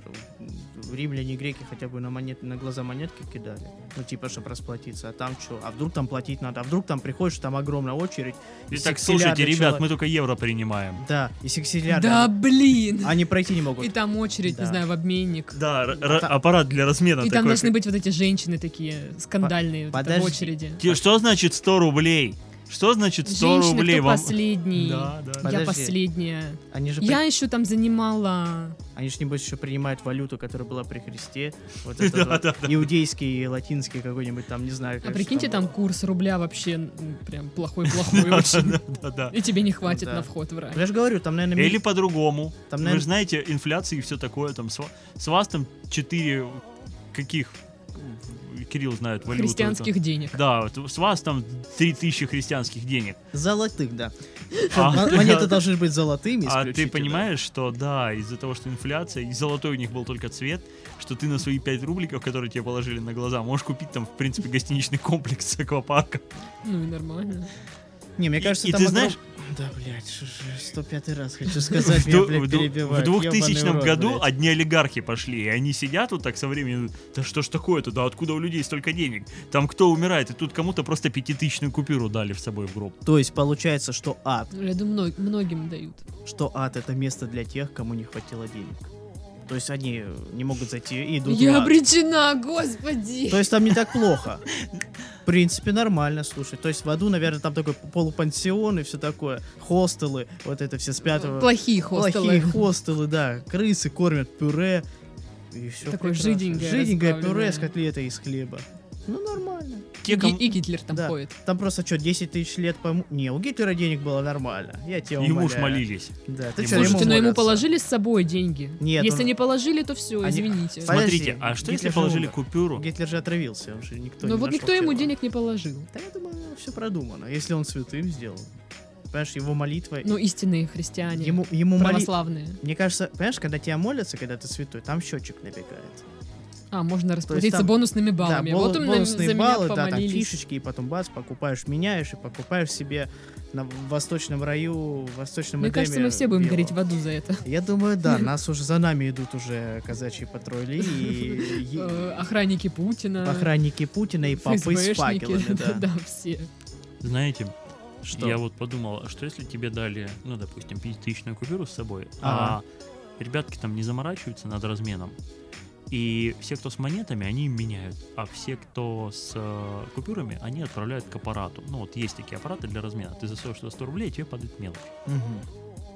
D: В- Римляне и греки хотя бы на, монет, на глаза монетки кидали. Ну, типа, чтобы расплатиться. А там что? А вдруг там платить надо? А вдруг там приходишь, там огромная очередь.
C: И
D: из
C: так,
D: секселярда
C: слушайте, ребят,
D: человек-
C: мы только евро принимаем.
D: Да, и сексилиарда.
A: Да, блин!
D: Они пройти не могут.
A: И там очередь, не
D: А, Да.
A: знаю, в обменник.
C: Да, р- р-
D: та-
C: аппарат для размена
A: И
C: такой.
A: там должны быть вот эти женщины такие скандальные вот это, в
D: подожди.
A: очереди.
C: Те- Что значит 100 рублей? Что значит 100
A: Женщины,
C: рублей
A: кто
C: вам?
A: последний.
C: Да, да.
A: Я
D: Подожди.
A: последняя.
D: Они же, при-
A: Я еще там занимала.
D: они же, небось, еще принимают валюту, которая была при Христе. Вот
C: Да,
D: этот
C: да,
D: вот иудейский, латинский какой-нибудь там, не знаю.
A: А
D: как же
A: прикиньте, там
D: было.
A: курс рубля вообще м, прям плохой-плохой очень.
C: Да, да.
A: И тебе не хватит
D: Да.
A: на вход в рай.
D: Я же говорю, там, наверное,
C: Или по-другому.
D: Там,
C: Вы
D: наверно-
C: же знаете, инфляция и все такое. Там с, ва- с вас там 4 каких Кирилл знает валюту.
A: Христианских денег.
C: это. Да, вот с вас там 3000 христианских денег.
D: Золотых, да.
C: А,
D: Мон-
C: да.
D: Монеты должны быть золотыми.
C: А ты
D: исключительно.
C: понимаешь, что да, из-за того, что инфляция, и золотой у них был только цвет, что ты на свои 5 рубликов, которые тебе положили на глаза, можешь купить там, в принципе, гостиничный комплекс с аквапарком.
A: Ну и нормально.
D: Не, мне
C: И-
D: кажется,
C: и
D: там
C: ты
D: огром-
C: знаешь-
D: Да, блядь, шо- шо- 105 раз хочу сказать, меня,
C: ду-
D: блядь,
C: ду- в
D: перебивают.
C: 2000
D: Ёбаный рот,
C: году
D: блядь.
C: одни олигархи пошли, и они сидят вот так со временем, да что ж такое-то, да откуда у людей столько денег? Там кто умирает, и тут кому-то просто пятитысячную купюру дали в собой в гроб.
D: То есть получается, что ад.
A: Я думаю, мно- многим дают.
D: Что ад это место для тех, кому не хватило денег. То есть они не могут зайти и идут в
A: Я
D: ад.
A: обречена, господи!
D: То есть там не так плохо. В принципе, нормально, слушай. То есть в аду, наверное, там такой полупансион и все такое. Хостелы, вот это все спят.
A: Плохие хостелы.
D: Плохие хостелы, да. Крысы кормят пюре. И все
A: Такое жиденькое,
D: Жиденькое пюре
A: расплавленное.
D: с котлетой из хлеба. Ну, нормально.
A: И,
C: Те, кому-
A: Ги- и Гитлер там
D: Да.
A: ходит.
D: Там просто что, 10 тысяч лет по... Не, у Гитлера денег было нормально. Я тебя
C: Ему
D: умоляю.
C: уж молились.
D: Да, ты
C: Ему
D: чё,
C: уж-
A: Слушайте, но ему
D: молятся?
A: положили с собой деньги.
D: Нет,
A: Если
D: он-
A: не положили, то все,
D: Они-
A: извините.
D: Понятно, Подожди,
C: Смотрите, а что
D: Гитлер
C: если
D: же
C: положили
D: умер.
C: купюру?
D: Гитлер же отравился, он же никто
A: Но
D: не
A: Ну вот
D: нашел
A: никто ему
D: тела.
A: денег не положил.
D: Да я думаю, все продумано. Если он святым сделал. Понимаешь, его молитва...
A: Ну, истинные христиане.
D: ему, ему моли-
A: православные.
D: Мне кажется, понимаешь, когда тебя молятся, когда ты святой, там счетчик набегает.
A: А, можно расплатиться
D: там-
A: бонусными
D: Да,
A: баллами.
D: бо-
A: вот он на-
D: бонусные
A: за меня
D: баллы, да, там
A: помолились.
D: фишечки, и потом бац, покупаешь, меняешь, и покупаешь себе на в восточном раю, в восточном
A: Мне кажется, мы
D: Эдеме
A: все будем
D: виллу.
A: гореть в аду за это.
D: Я думаю, да, нас уже за нами идут уже казачьи патрули и
A: Э,
D: и
A: Охранники Путина.
D: охранники Путина и попы с
A: ФСБшники.
D: факелами, да.
A: Да, все.
C: Знаете,
D: Что?
C: я вот подумал, а что если тебе дали, ну, допустим, пятитысячную купюру с собой,
D: Ага.
C: а ребятки там не заморачиваются над разменом, и все, кто с монетами, они им меняют, а все, кто с э, купюрами, они отправляют к аппарату. Ну, вот есть такие аппараты для размена. Ты засовываешь туда 100 рублей, и тебе падает мелочь.
D: Мгм.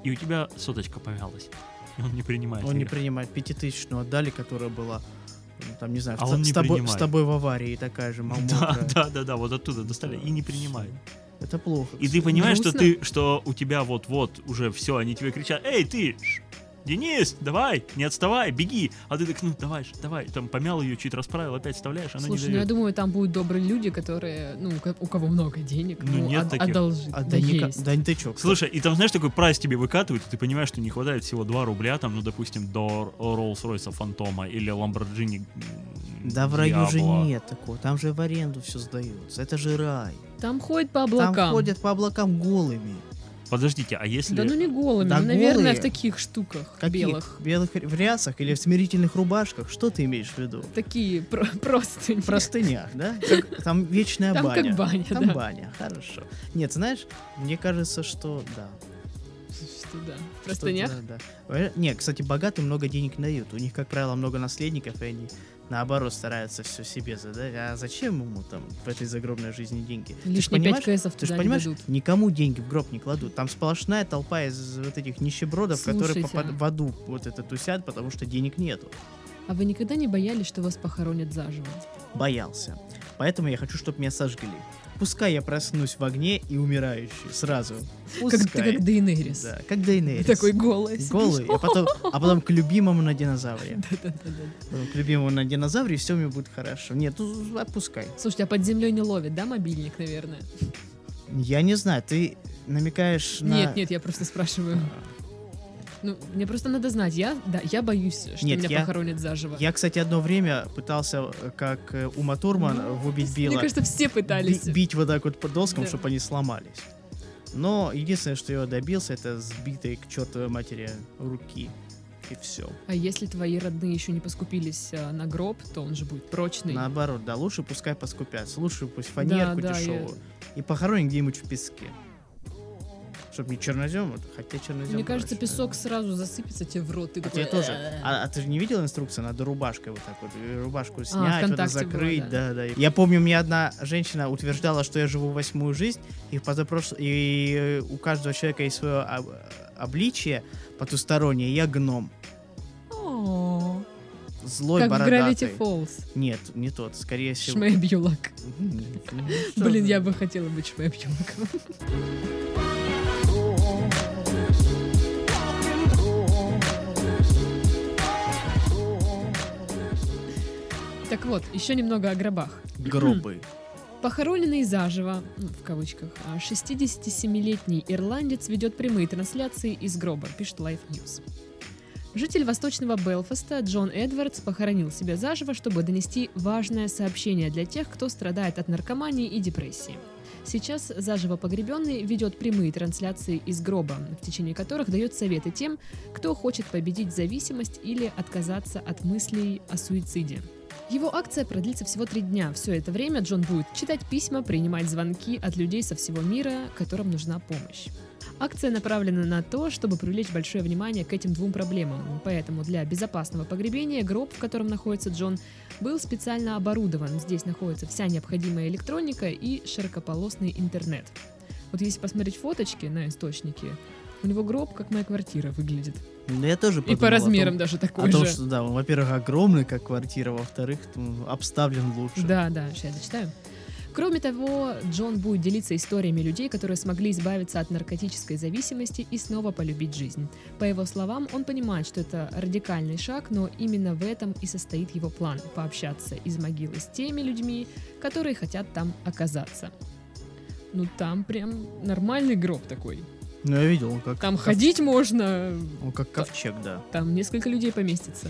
C: И у тебя соточка помялась. И он не принимает
D: Он не
C: ее.
D: принимает пятитысячную отдали, которая была ну, там, не знаю,
C: А
D: с,
C: он
D: с
C: не
D: тобой,
C: принимает.
D: с тобой в аварии такая же мол-
C: Да,
D: мокрая.
C: да, да, да, вот оттуда достали и не принимает.
D: Это плохо.
C: И
D: кстати.
C: ты понимаешь, что
A: Грустно.
C: ты, что у тебя вот-вот уже все, они тебе кричат, эй, ты, ш, Денис, давай, не отставай, беги. А ты так, ну давай, ж, давай, там помял ее, чуть расправил, опять вставляешь, она
A: Слушай,
C: не
A: ну я
C: дает.
A: думаю, там будут добрые люди, которые, ну, ко- у кого много денег,
C: Ну,
A: ну,
C: нет
A: од-
C: таких.
A: одолжи.
D: А,
A: Да
D: да, не, ка-
A: есть.
D: да не ты чё,
C: Слушай, и там, знаешь, такой прайс тебе выкатывают, и ты понимаешь, что не хватает всего 2 рубля, там, ну, допустим, до Роллс-Ройса Фантома или Ламборджини м,
D: Да в раю же
C: Диабло.
D: нет такого, там же в аренду все сдается, это же рай.
A: Там ходят по
D: Там
A: облакам.
D: ходят по облакам голыми.
C: Подождите, а если...
A: Да ну не голыми,
D: Да
A: ну, наверное,
D: голые.
A: в таких штуках
D: Каких?
A: белых.
D: Белых в рясах или в смирительных рубашках, что ты имеешь в виду?
A: Такие про- просто.
D: В простынях, да? Как- там вечная
A: Там
D: баня.
A: как баня,
D: Там
A: да.
D: баня, хорошо. Нет, знаешь, мне кажется, что да.
A: что-то, да. В простынях.
D: Что-то, да. Э, Не, кстати, богатым много денег не дают. У них, как правило, много наследников, и они наоборот стараются все себе задать. А зачем ему там в этой загробной жизни деньги? Ты ж
A: Лишние 5
D: понимаешь-
A: кэсов
D: Ты
A: туда
D: же
A: не
D: понимаешь,
A: дадут.
D: никому деньги в гроб не кладут. Там сплошная толпа из вот этих нищебродов, которые
A: Слушайте,
D: попад- в аду вот это тусят, потому что денег нету.
A: А вы никогда не боялись, что вас похоронят заживо?
D: Боялся. Поэтому я хочу, чтобы меня сожгли. Пускай я проснусь в огне и умирающий сразу.
A: Как ты
D: Пускай.
A: как Дейнерис.
D: Да, как Дейнерис.
A: Такой голый.
D: Голый, а потом, а потом к любимому на динозавре.
A: Да-да-да.
D: Потом к любимому на динозавре, и все мне будет хорошо. Нет, ну, отпускай.
A: Слушайте, а под землей не ловит, да, мобильник, наверное?
D: Я не знаю, ты намекаешь на...
A: Нет, нет, я просто спрашиваю. Ну, мне просто надо знать. Я, да, я боюсь, что
D: Нет,
A: меня
D: я-
A: похоронят заживо.
D: Я, кстати, одно время пытался, э, как э, Ума Турман э, в убить Билла,
A: Ну, Мне кажется, все пытались.
D: би- бить вот так вот по доскам,
A: Да.
D: чтобы они сломались. Но единственное, что я добился, это сбитой к чертовой матери руки. И все.
A: А если твои родные еще не поскупились а, на гроб, то он же будет прочный.
D: Наоборот, да, лучше пускай поскупятся. Лучше пусть фанерку
A: да, я-
D: дешевую. И похоронят где-нибудь в песке. Чтоб не чернозем, вот, хотя чернозем...
A: Мне кажется,
D: короче,
A: песок сразу засыпется тебе в рот. Ты
D: А
A: такой,
D: тебе тоже.
A: «Э-э-э».
D: А, а ты же не видел инструкцию? Надо рубашкой вот так вот. э, Рубашку снять, вот это
A: А, ВКонтакте было,
D: закрыть.
A: да.
D: да. да, Я помню, мне одна женщина утверждала, что я живу восьмую жизнь, и, позапрос... и у каждого человека есть свое об- обличие потустороннее. и Я гном.
A: О,
D: Злой,
A: Как в
D: бородатый.
A: Gravity Falls.
D: Нет, не тот, скорее всего.
A: Шмейбьюлак.
D: М, ну, что
A: Блин,
D: ты.
A: я бы хотела быть шмейбьюлаком. Так вот, еще немного о гробах.
D: Гробы.
A: Похороненный заживо, ну, в кавычках, а, 67-летний ирландец ведет прямые трансляции из гроба, пишет Life News. Житель восточного Белфаста Джон Эдвардс похоронил себя заживо, чтобы донести важное сообщение для тех, кто страдает от наркомании и депрессии. Сейчас заживо погребенный ведет прямые трансляции из гроба, в течение которых дает советы тем, кто хочет победить зависимость или отказаться от мыслей о суициде. Его акция продлится всего три дня. Все это время Джон будет читать письма, принимать звонки от людей со всего мира, которым нужна помощь. Акция направлена на то, чтобы привлечь большое внимание к этим двум проблемам. Поэтому для безопасного погребения гроб, в котором находится Джон, был специально оборудован. Здесь находится вся необходимая электроника и широкополосный интернет. Вот если посмотреть фоточки на источнике, у него гроб, как моя квартира, выглядит.
D: Ну, я тоже
A: И
D: подумал
A: по
D: о том-
A: размерам даже
D: О
A: такой
D: том,
A: же.
D: что, да, он, во-первых, огромный, как квартира, во-вторых, ну, обставлен лучше.
A: Да, да, сейчас зачитаю. Кроме того, Джон будет делиться историями людей, которые смогли избавиться от наркотической зависимости и снова полюбить жизнь. По его словам, он понимает, что это радикальный шаг, но именно в этом и состоит его план – пообщаться из могилы с теми людьми, которые хотят там оказаться. Ну там прям нормальный гроб такой.
D: Ну, я видел, он как...
A: Там
D: ков-
A: ходить можно,
D: Он как ковчег, да.
A: там несколько людей поместится.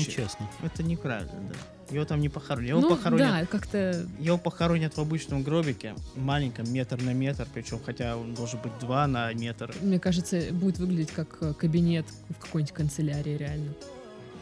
C: Это нечестно.
D: Это неправильно, да. Его там не похоронят. Его
A: ну
D: похоронят.
A: да, как-то
D: Его похоронят в обычном гробике, маленьком, метр на метр, причем хотя он должен быть два на метр.
A: Мне кажется, будет выглядеть как э, кабинет в какой-нибудь канцелярии, реально.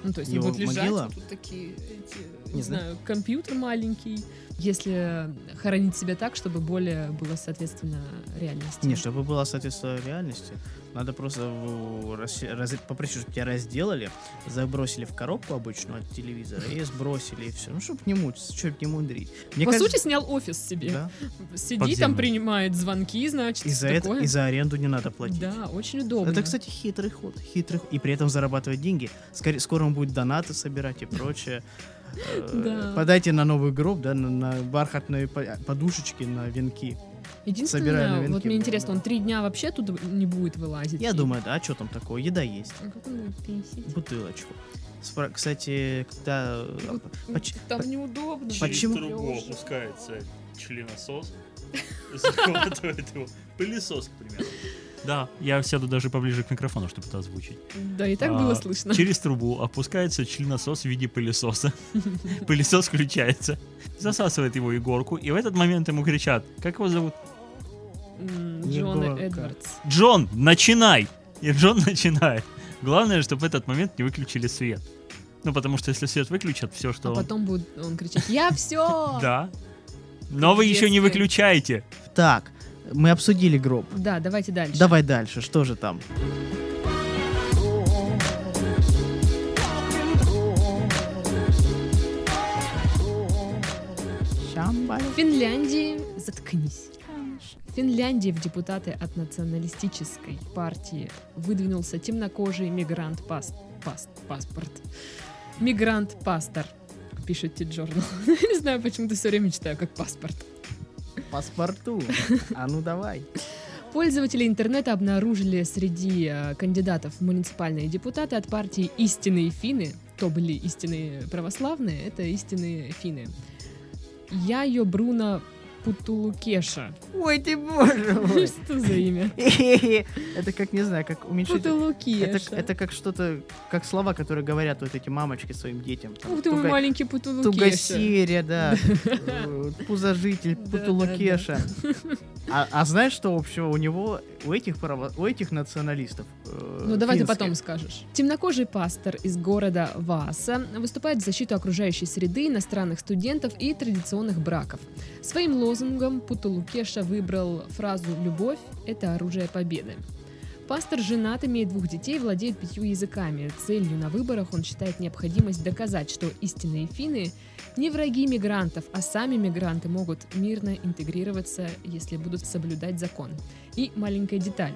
A: Ну, то есть он
D: Его
A: будет лежать,
D: могила?
A: а тут такие, эти, не
D: Не
A: знаю, компьютер маленький. Если хоронить себя так, чтобы более было соответственно реальности.
D: Не, чтобы было соответствие реальности, надо просто в- раз- раз- попросить, чтобы тебя разделали, забросили в коробку обычную от телевизора и сбросили, и все. Ну, чтобы не мучиться, чтобы не мудрить. Мне
A: По
D: кажется,
A: сути, снял офис себе.
D: да.
A: Сиди
C: Под
A: там,
C: землю.
A: принимает звонки, значит,
D: И за
A: всё
D: это,
A: такое.
D: и за аренду не надо платить.
A: Да, очень удобно.
D: Это, кстати, хитрый ход, хитрый ход. И при этом зарабатывать деньги. Скорее, скоро он будет донаты собирать и прочее. Э,
A: Да.
D: Подайте на новый гроб, да, на, на бархатные по- подушечки, на венки. собираю
A: Единственное,
D: новинки,
A: вот мне
D: было,
A: интересно,
D: да.
A: он три дня вообще тут не будет вылазить?
D: Я
A: И-
D: думаю, да, а что там такое? Еда есть.
A: А как он будет писать?
D: Бутылочку. Спра- Кстати, когда... э, поч-
A: Там
D: по-
A: неудобно.
D: Почему-
A: Лёша.
C: опускается членосос, захватывает его. Пылесос, к примеру. Да, я сяду даже поближе к микрофону, чтобы это озвучить.
A: Да, и так было
C: А,
A: слышно.
C: Через трубу опускается членосос в виде пылесоса. Пылесос включается, засасывает его Егорку, и в этот момент ему кричат, как его зовут?
A: М,
D: Егорка.
A: Джона Эдвардс. А
C: Джон, начинай! И Джон начинает. Главное, чтобы в этот момент не выключили свет. Ну, потому что если свет выключат, все,
A: А
C: что... он-
A: потом будет он кричать «Я все!»
C: Да. Но вы еще не
A: Детская.
C: выключаете.
D: Так, мы обсудили гроб.
A: Да, давайте дальше.
D: Давай дальше, что же там?
A: В Финляндии... Заткнись. В Финляндии в депутаты от националистической партии выдвинулся темнокожий мигрант пас... пас... паспорт. Мигрант-пастор, пишет Тиджорнал. Не знаю, почему-то все время читаю как паспорт.
D: Паспорту. А ну давай.
A: Пользователи интернета обнаружили среди э, кандидатов в муниципальные депутаты от партии «Истинные финны», то были истинные православные, это истинные финны. Я ее Бруно Путулукеша.
D: Ой ты боже мой.
A: Что за имя?
D: Это как, не знаю, как уменьшить... Это,
A: Путулукеша.
D: это как что-то, как слова, которые говорят вот эти мамочки своим детям. Там,
A: Ух ты мой
D: «Туга-
A: маленький Путулукеша.
D: Тугосерия, да. Э, Пузожитель,
A: Да,
D: Путулукеша. А, а знаешь, что общего у него, у этих, право- у этих националистов? э,
A: Ну, давай ты
D: финских?
A: потом скажешь. Темнокожий пастор из города Васа выступает в защиту окружающей среды, иностранных студентов и традиционных браков. Своим лозунгом Путулукеша выбрал фразу «Любовь – это оружие победы». Пастор женат, имеет двух детей, владеет пятью языками. Целью на выборах он считает необходимость доказать, что истинные финны не враги мигрантов, а сами мигранты могут мирно интегрироваться, если будут соблюдать закон. И маленькая деталь.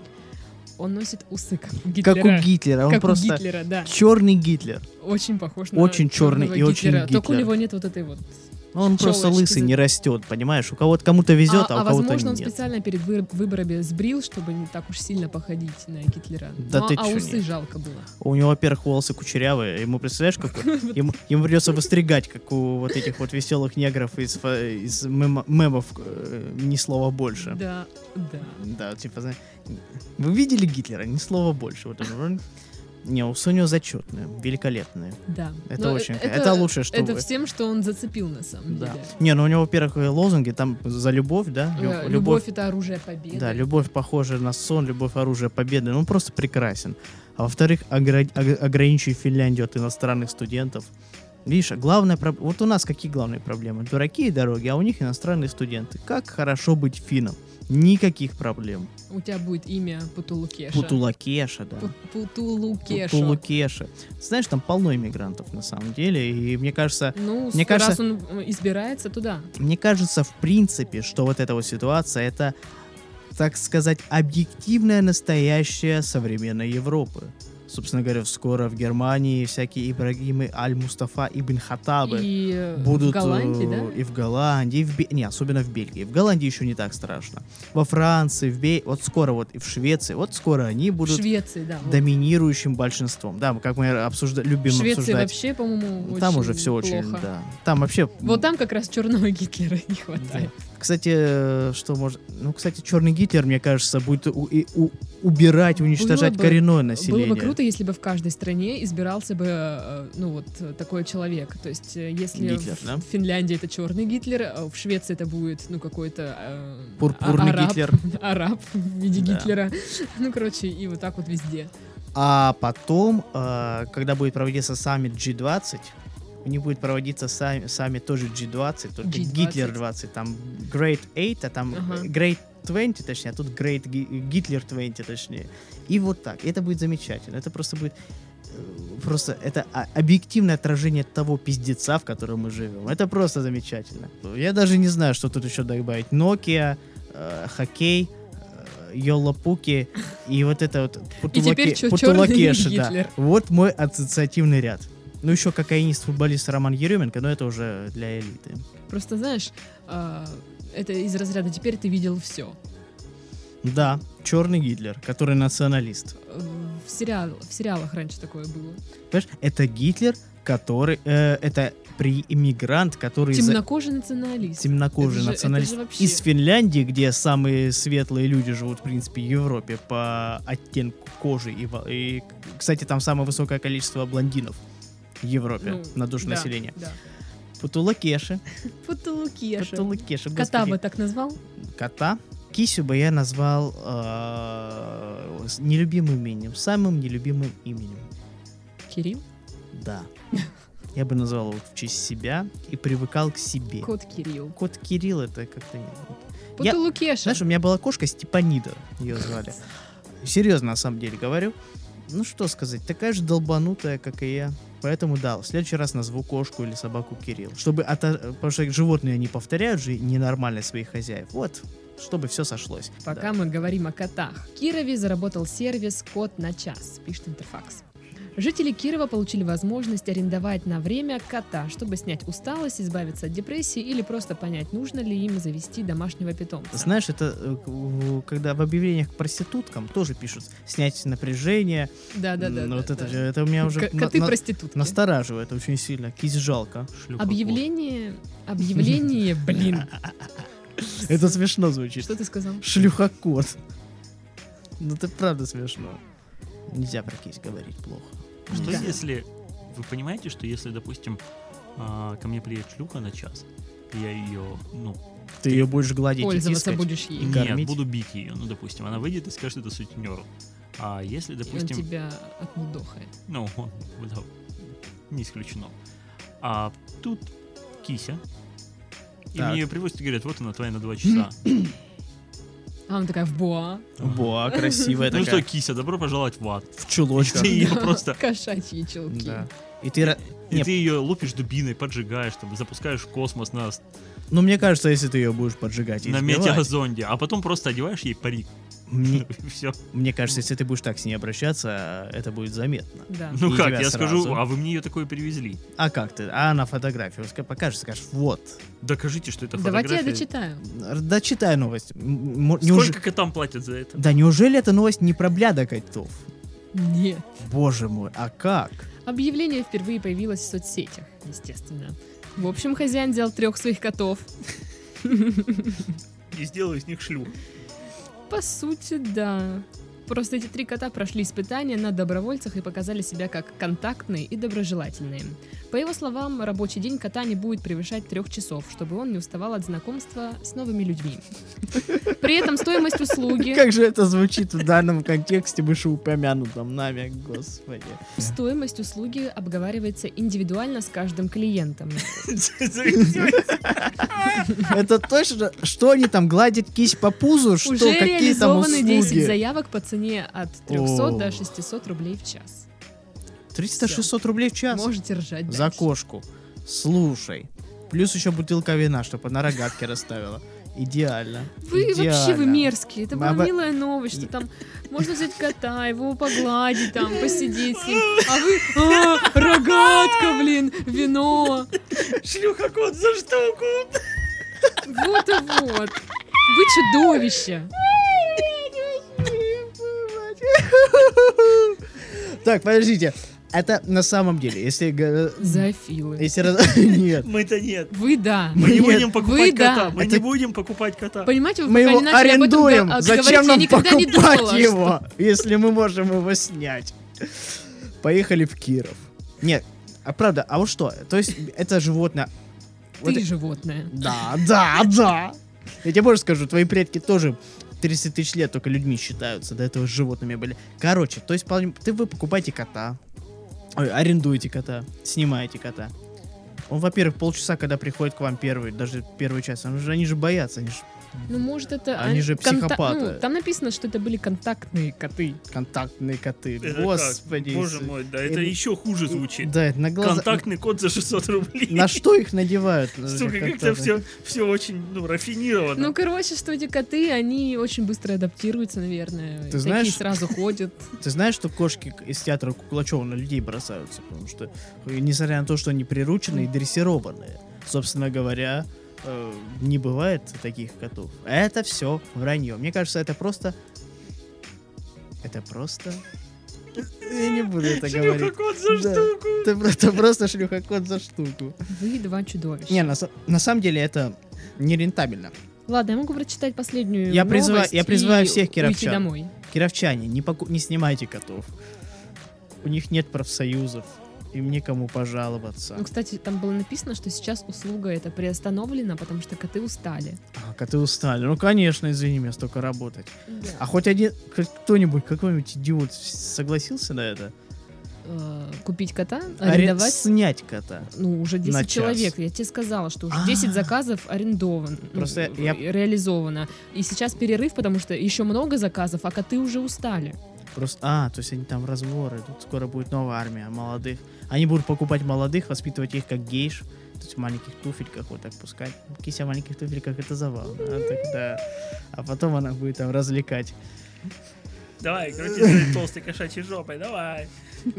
A: Он носит усы, как у Гитлера.
D: Как у Гитлера. Он
A: Как у
D: просто
A: Гитлера, да.
D: черный Гитлер.
A: Очень похож на
D: Очень черный
A: черного
D: и очень
A: Гитлера. Только у
D: Гитлер.
A: него нет вот этой вот...
D: Но он просто
A: Челочки
D: лысый,
A: за-
D: не растет, понимаешь? У кого-то кому-то везет, а,
A: а
D: у кого-то
A: возможно, он
D: нет.
A: специально перед вы- выборами сбрил, чтобы не так уж сильно походить на Гитлера.
D: Да
A: Ну,
D: ты
A: а
D: чё,
A: усы
D: нет.
A: жалко было.
D: У него, во-первых, волосы кучерявые. Ему представляешь, какой? Ему, ему придется выстригать, как у вот этих вот веселых негров из, фа- из мема- мемов э, ни слова больше.
A: Да, да.
D: Да, типа, знаешь, вы видели Гитлера? Ни слова больше. Вот он, он- Не, усы у него зачетные, великолепные.
A: Да.
D: Это
A: Но
D: очень- это лучшее, что
A: Ну, Это
D: вы-
A: всем, что он зацепил на самом
D: Да.
A: деле.
D: Не, ну у него, во-первых, э, лозунги там за любовь, да? Лю-
A: Э, Любовь это оружие победы.
D: Да, любовь похожа на сон, любовь оружие победы. Ну, он просто прекрасен. А во-вторых, огра- ог- ограничив Финляндию от иностранных студентов. Видишь, а главная проблема... Вот у нас какие главные проблемы? Дураки и дороги, а у них иностранные студенты. Как хорошо быть финном? Никаких проблем.
A: У тебя будет имя Путулукеша.
D: Путулакеша, да.
A: Пу- Путулукеша.
D: Путулукеша. Знаешь, там полно иммигрантов на самом деле, и мне кажется,
A: Ну,
D: Мне
A: с- раз
D: кажется-
A: он м, избирается туда.
D: мне кажется, в принципе, что вот эта вот ситуация это, так сказать, объективная настоящая современной Европы. Собственно говоря, скоро в Германии всякие Ибрагимы Аль-Мустафа Ибн Хаттабы
A: И э,
D: А будут
A: в Голландии, да?
D: э, и в Голландии, и в Бе- не, особенно в Бельгии. В Голландии еще не так страшно. Во Франции, в Бе... вот скоро вот и в Швеции, вот скоро они
A: В
D: будут
A: Швеции, да. вот.
D: доминирующим большинством. Да, как мы обсужда... любим
A: В Швеции
D: обсуждать.
A: вообще, по-моему,
D: там
A: очень
D: уже все очень,
A: плохо.
D: да. Там вообще.
A: Вот там как раз черного Гитлера не хватает.
D: Кстати, э, что может. Ну, кстати, черный Гитлер, мне кажется, будет у- и у- убирать, уничтожать
A: Было бы-
D: коренное население.
A: Было бы круто, если бы в каждой стране избирался бы, э, ну вот, э, такой человек. То есть, э, если
D: Гитлер,
A: в
D: да?
A: в Финляндии это черный Гитлер, а в Швеции это будет, ну, какой-то... э,
D: Пурпурный
A: а- араб,
D: Гитлер.
A: Араб в виде
D: Да.
A: Гитлера. Ну, короче, и вот так вот везде.
D: А потом, э, когда будет проводиться саммит G20, у них будет проводиться сами, саммит тоже G20, только
A: G20.
D: Гитлер 20, там Great 8, а там
A: Ага.
D: э, Great 20, точнее, а тут Great Ги- Гитлер 20, точнее. И вот так. И Это будет замечательно. Это просто будет э, просто это а, объективное отражение того пиздеца, в котором мы живем. Это просто замечательно. Я даже не знаю, что тут еще добавить. Nokia, э, хоккей, э, Йолопуки и вот это вот
A: И теперь
D: Путулаке-
A: чё,
D: Путулакеши,
A: чёрный
D: да.
A: Гитлер?
D: Вот мой ассоциативный ряд. Ну еще кокаинист-футболист Роман Еременко, но это уже для элиты.
A: Просто, знаешь, э, это из разряда «теперь ты видел все».
D: Да, черный Гитлер, который националист.
A: В, сериал, в сериалах раньше такое было.
D: Понимаешь, это Гитлер, который... э, это при иммигрант, который... за-
A: Темнокожий националист.
D: темнокожий
A: Это же-
D: националист
A: это же вообще-
D: из Финляндии, где самые светлые люди живут, в принципе, в Европе по оттенку кожи. И, во- и, кстати, там самое высокое количество блондинов в Европе
A: Ну,
D: на душу
A: да,
D: населения.
A: да.
D: Путулакеши.
A: Путулукеша.
D: Путулакеши,
A: Кота
D: господи.
A: бы так назвал?
D: кота. Кисю бы я назвал э, с нелюбимым именем, самым нелюбимым именем.
A: Кирилл?
D: Да. Я бы назвал его в честь себя и привыкал к себе.
A: Кот Кирилл.
D: Кот Кирилл это как-то... не- Я-
A: Путулукеша.
D: Знаешь, у меня была кошка Степанида, ее звали. Серьезно, на самом деле говорю. Ну что сказать, такая же долбанутая, как и я. Поэтому да, в следующий раз назову кошку или собаку Кирилл. Чтобы ото- Потому что животные не повторяют же ненормально своих хозяев. Вот, чтобы все сошлось.
A: Пока мы говорим о котах. В Кирове заработал сервис «Кот на час», пишет Интерфакс. Жители Кирова получили возможность арендовать на время кота, чтобы снять усталость, избавиться от депрессии или просто понять, нужно ли им завести домашнего питомца.
D: Знаешь, это э, к- в- когда в объявлениях к проституткам тоже пишут снять напряжение.
A: Да, да, да.
D: М,
A: да,
D: вот это,
A: да.
D: же- это у меня уже
A: К-
D: на-
A: Коты
D: на-
A: проститутки.
D: настораживает очень сильно. Кисть жалко.
C: Шлюха
A: Объявление, объявление, блин.
D: Это смешно звучит.
A: Что ты сказал?
D: Шлюхокот. Ну это правда смешно. Нельзя про кисть говорить плохо.
C: кот. Что
A: Да.
C: если... Вы понимаете, что если, допустим, а, ко мне приедет шлюха на час, и я ее, ну,
D: Ты ее будешь гладить и
A: Пользоваться
D: тискать.
A: будешь ей.
D: И
A: И
C: нет,
D: кормить?
C: буду бить ее, ну, допустим, она выйдет и скажет это сутенеру. А если,
A: он
C: допустим,
A: тебя отмудохает.
C: Ну, он, да, не исключено. А тут кися. И
D: Так.
C: мне ее привозят и говорят, вот она твоя на два часа.
A: А он такая в боа,
D: Во, красивая
C: Ну что,
D: такая.
C: кися, добро пожаловать в ад.
D: В чулочках.
C: Ты ее просто...
A: кошачьи челки.
D: Да. И ты... ра-
C: И
D: Не,
C: ты ее лупишь дубиной, поджигаешь, там, запускаешь в космос на,
D: Ну, мне кажется, если ты ее будешь поджигать и
C: на
D: избивать,
C: метеозонде, а потом просто одеваешь ей парик.
D: мне,
C: Все.
D: мне кажется, если ты будешь так с ней обращаться, это будет заметно.
A: Да.
C: Ну
D: И
C: как,
D: тебя
C: я скажу,
D: сразу.
C: а вы мне ее такое привезли.
D: А как ты? А она фотографию ска- покажешь, скажешь, вот.
C: Докажите, что это
A: Давайте я
C: фотография.
A: дочитаю.
D: Р- Да читай новость. М- м- неуж-
C: Сколько котам платят за это?
D: Да неужели эта новость не про бляда котов?
A: Нет.
D: Боже мой, а как?
A: Объявление впервые появилось в соцсетях, естественно. В общем, хозяин взял трех своих котов.
C: И сделаю из них шлюх.
A: По сути, да. Просто эти три кота прошли испытания на добровольцах и показали себя как контактные и доброжелательные. По его словам, рабочий день кота не будет превышать трех часов, чтобы он не уставал от знакомства с новыми людьми. При этом стоимость услуги...
D: Как же это звучит в данном контексте вышеупомянутом нами, господи.
A: Стоимость услуги обговаривается индивидуально с каждым клиентом.
D: Это точно, что они там гладят кисть по пузу, что
A: Уже
D: какие там
A: реализованы 10
D: услуги?
A: заявок по цене от 300 до
D: Ох.
A: 600 рублей в час.
D: 300-600 рублей в час
A: Можете ржать дальше.
D: за кошку. Слушай, плюс еще бутылка вина, чтобы она рогатки расставила. Идеально.
A: Вы вообще вы
D: идеально.
A: мерзкие. Это была
D: Баба-
A: милая новость, что там можно взять кота, его погладить, там посидеть с ним. А вы а, рогатка, блин, вино.
C: Шлюха кот за штуку!
A: Вот и вот. Вы чудовище.
D: Так, подождите. Это на самом деле, если... г-
A: Зоофилы.
D: Если раз... Нет.
C: Мы-то нет.
A: Вы да.
C: Мы не
D: Нет,
C: будем покупать
A: вы да.
C: кота. Мы
D: Это-
C: не будем покупать кота.
A: Понимаете, вы
D: Мы
A: Ну, пока
D: его
A: не начали об этом
D: арендуем.
A: га- а,
D: Зачем
A: говорить, я
D: нам
A: никогда не думала,
D: покупать
A: что-
D: его, если мы можем его снять? Поехали в Киров. Нет, а правда, а вот что? То есть это животное... Вот
A: Ты животное.
D: Да, да, да. Я тебе больше скажу, твои предки тоже 30 тысяч лет только людьми считаются, до этого животными были. Короче, то есть вполне- ты вы покупаете кота, ой, арендуете кота, снимаете кота. Он, во-первых, полчаса, когда приходит к вам первый, даже первый час, он же, они же боятся, они же
A: Ну, может, это...
D: Они
A: а,
D: же
A: конта-
D: психопаты.
A: ну, Там написано, что это были контактные коты.
D: контактные коты.
C: Это как?
D: Господи.
C: Боже
D: Иисус.
C: мой, да, это
D: Это-
C: еще хуже звучит.
D: Да, это на глаза...
C: Контактный код за 600 рублей.
D: На что их надевают? э,
C: Сука, как-то
D: Контактные.
C: все, все очень ну, рафинировано.
A: Ну, короче, что эти коты, они очень быстро адаптируются, наверное. Такие
D: знаешь-
A: сразу ходят.
D: Ты знаешь, что кошки к- из театра Куклачева на людей бросаются? Потому что, э, несмотря на то, что они приручены и дрессированные, собственно говоря, э, не бывает таких котов. Это все вранье. Мне кажется, это просто... Это просто... Я не буду это говорить.
C: кот за
D: Да.
C: штуку.
D: Это про- это просто шлюхокот за штуку.
A: Вы два чудовища.
D: Не, на, со- на самом деле это нерентабельно.
A: Ладно, я могу прочитать последнюю
D: Я призыва-
A: новость
D: я призываю
A: и
D: всех
A: уйти
D: кировчан.
A: домой.
D: Кировчане, не, поку- не снимайте котов. У них нет профсоюзов. Им некому пожаловаться.
A: Ну, кстати, там было написано, что сейчас услуга это приостановлена, потому что коты устали.
D: А, коты устали. Ну, конечно, извини меня, столько работать. А хоть один, хоть кто-нибудь, какой-нибудь идиот с- согласился на это?
A: Э, Купить кота,
D: Арен-
A: арендовать.
D: Снять кота.
A: Ну, уже 10
D: На час.
A: человек. Я тебе сказала, что уже
D: А.
A: 10 заказов арендован. ну,
D: Просто
A: ре-
D: я-
A: реализовано. И сейчас перерыв, потому что еще много заказов, а коты уже устали.
D: Просто, а, то есть они там разборы, тут скоро будет новая армия молодых. Они будут покупать молодых, воспитывать их как гейш, то есть в маленьких туфельках вот так пускать. Кися в маленьких туфельках это забавно. А, тогда... а потом она будет там развлекать.
F: Давай, крути своей толстой кошачьей жопой, давай.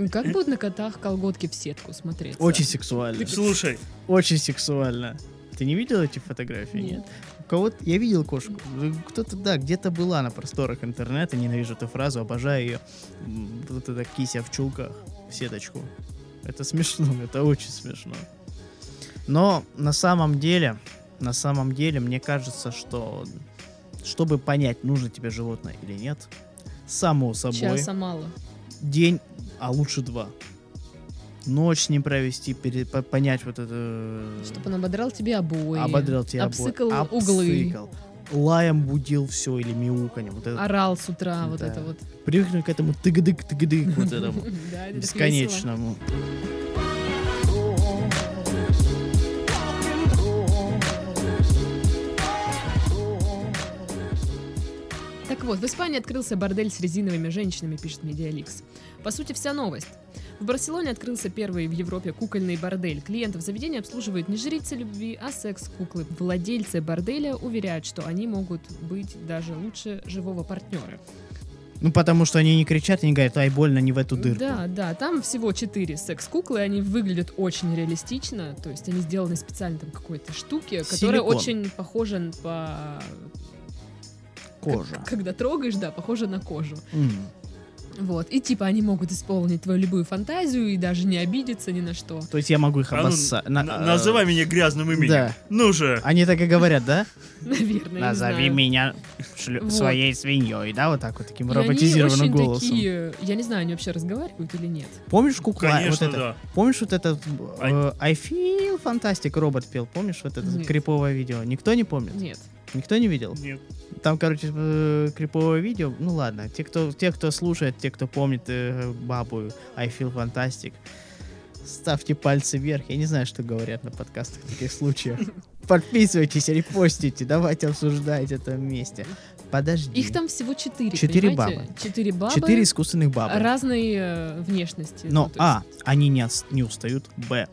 A: Как будут на котах колготки в сетку смотреть?
D: Э. Очень сексуально.
F: Слушай,
D: Очень сексуально. Ты не видел эти фотографии?
A: Нет.
D: У кого-то... Я видел кошку. Ну, Кто-то, да, где-то была на просторах интернета. Ненавижу эту фразу, обожаю ее. М, Вот эта кися в чулках, в сеточку. Это смешно, это очень смешно. Но на самом деле, на самом деле, мне кажется, что чтобы понять, нужно тебе животное или нет, само собой
A: Часа мало.
D: день, а лучше два. Ночь с ним провести, пере- по- понять вот это... э,
A: Чтобы он ободрал тебе обои.
D: Ободрал тебя обои.
A: обсыкал углы. А
D: Обсыкал. Лаем будил все или мяуканьем. Вот это.
A: Орал с утра, вот
D: Да.
A: это вот.
D: Привыкли к этому тыгдык тыгдык вот этому
A: Да, это так весело.
D: бесконечному.
A: Так вот, в Испании открылся бордель с резиновыми женщинами, пишет Медиаликс. По сути, вся новость. В Барселоне открылся первый в Европе кукольный бордель. Клиентов заведения обслуживают не жрицы любви, а секс-куклы. Владельцы борделя уверяют, что они могут быть даже лучше живого партнера.
D: Ну, потому что они не кричат и не говорят, ай, больно, не в эту дырку.
A: Да, да, там всего четыре секс-куклы, они выглядят очень реалистично, то есть они сделаны специально там какой-то штуки, которая
D: Силикон.
A: очень похожа н- по...
D: Кожа.
A: к- Когда трогаешь, да, похожа на кожу.
D: М.
A: Вот, и типа они могут исполнить твою любую фантазию и даже не обидеться ни на что.
D: То есть я могу их
F: а ну,
D: обоссать.
F: на- называй меня грязным именем.
D: Э, Да.
F: Ну же.
D: Они так и говорят, да?
A: Наверное, я не
D: Назови
A: знаю.
D: меня шлю-
A: Вот.
D: своей свиньей, да, вот так вот таким
A: И они
D: роботизированным
A: очень
D: голосом.
A: такие, я не знаю, они вообще разговаривают или нет.
D: Помнишь кукла?
F: Конечно,
D: вот это?
F: да.
D: Помнишь вот этот
F: А-
D: э, I feel fantastic робот пел? Помнишь вот это
A: Нет.
D: криповое видео? Никто не помнит?
A: Нет.
D: Никто не видел?
F: Нет.
D: Там, короче, э, криповое видео. Ну ладно, те, кто, те, кто слушает, те, кто помнит э, бабу I feel fantastic, ставьте пальцы вверх. Я не знаю, что говорят на подкастах в таких случаях. Подписывайтесь, репостите, давайте обсуждать это вместе. Подожди.
A: Их там всего четыре,
D: Четыре
A: понимаете? Четыре бабы.
D: четыре искусственных бабы.
A: разной э, внешности.
D: Но
A: Ну, то
D: а, они не, ос- не устают, б,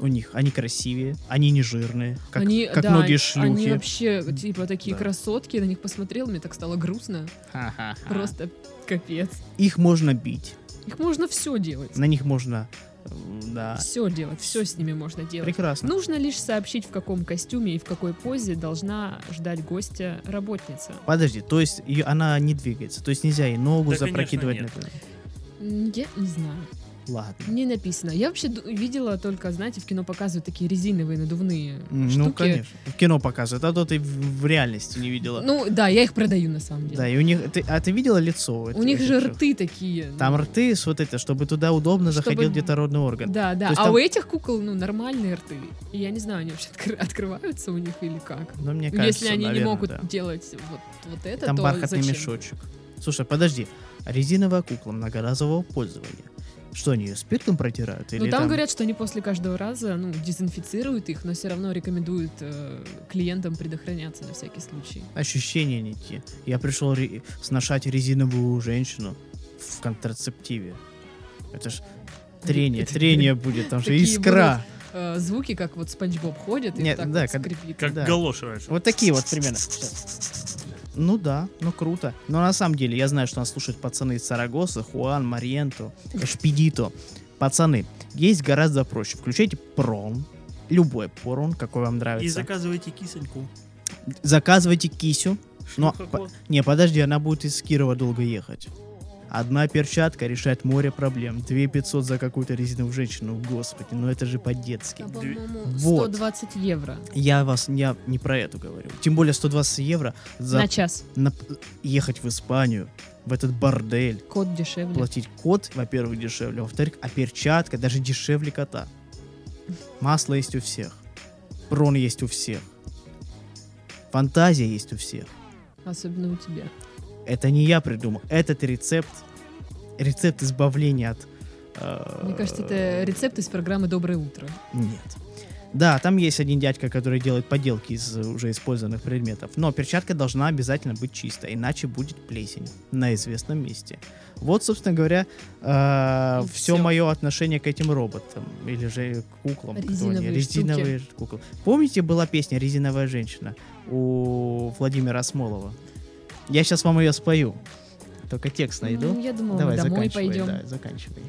D: у них они красивее, они не жирные, как,
A: Они-
D: как
A: да,
D: многие
A: Они
D: шлюхи.
A: вообще, типа, такие
D: Да.
A: красотки. Я на них посмотрел, мне так стало грустно.
D: Ха-ха-ха.
A: Просто капец.
D: Их можно бить,
A: Их можно все делать.
D: на них можно, м, да,
A: Все делать, все с ними можно делать.
D: прекрасно.
A: Нужно лишь сообщить, в каком костюме и в какой позе должна ждать гостя работница.
D: Подожди, то есть и она не двигается, то есть нельзя ей ногу
F: Да,
D: запрокидывать.
F: конечно,
D: например.
A: М, Я не знаю.
D: Ладно.
A: Не написано. Я вообще ду- видела только, знаете, в кино показывают такие резиновые надувные
D: М,
A: штуки.
D: Ну, конечно. В кино показывают, а то ты в в реальности не видела.
A: Ну, да, я их продаю на самом деле.
D: Да, и у них... ты- а ты видела лицо?
A: У
D: этих-
A: них же
D: этих-
A: рты такие.
D: Там рты с вот это, чтобы туда удобно
A: Чтобы-
D: заходил где-то родный орган.
A: Да, да.
D: То
A: А
D: есть там-
A: у этих кукол, ну, нормальные рты. И Я не знаю, они вообще откры- открываются у них или как.
D: Но Ну, мне кажется,
A: Если они не
D: наверное,
A: могут
D: да.
A: делать вот, вот это,
D: Там
A: то
D: бархатный
A: зачем?
D: мешочек. Слушай, подожди, резиновая кукла многоразового пользования. Что они ее спиртом протирают?
A: Ну,
D: или
A: там, говорят, что они после каждого раза ну, дезинфицируют их, но все равно рекомендуют э, клиентам предохраняться на всякий случай.
D: ощущения не те. Я пришел ре- сношать резиновую женщину в контрацептиве. Это ж трение,
A: Это-
D: трение будет, там же
A: такие
D: искра.
A: Э, звуки, как вот Спанч Боб ходит и
D: Нет,
A: вот так
D: да,
A: вот
D: как-
A: скрипит.
F: Как
D: Да.
F: галоши раньше.
D: Вот такие вот примерно. Всё. Ну да, ну круто. Но на самом деле, я знаю, что нас слушают пацаны из Сарагоса, Хуан, Мариенто, Шпидито. Пацаны, есть гораздо проще. Включайте прон, любой порон, какой вам нравится.
F: И заказывайте кисоньку.
D: Заказывайте кисю. Но,
F: Шлюха
D: по-
F: ко-
D: не, подожди, она будет из Кирова долго ехать. Одна перчатка решает море проблем. Две 500 за какую-то резиновую женщину. Господи, ну это же по-детски.
A: Там, по-моему,
D: Вот.
A: 120 евро
D: Я вас, я не про эту говорю. Тем более 120 евро за
A: на час.
D: на- ехать в Испанию, в этот бордель,
A: Код дешевле.
D: платить кот, во-первых, дешевле, во-вторых, а перчатка даже дешевле кота. Масло есть у всех. Прон есть у всех. Фантазия есть у всех.
A: Особенно у тебя.
D: Это не я придумал. Этот рецепт, рецепт избавления от... э,
A: Мне кажется, это рецепт из программы «Доброе утро».
D: Нет. Да, там есть один дядька, который делает поделки из э, уже использованных предметов. Но перчатка должна обязательно быть чистой, иначе будет плесень на известном месте. Вот, собственно говоря,
A: И
D: все
A: всё.
D: мое отношение к этим роботам. Или же к куклам. кто они,
A: Резиновые
D: резиновые куклы. Помните, была песня «Резиновая женщина» у Владимира Смолова? Я сейчас вам ее спою. Только текст найду.
A: Ну, я думала,
D: Давай,
A: мы домой
D: заканчивай.
A: пойдем.
D: Да, заканчивай.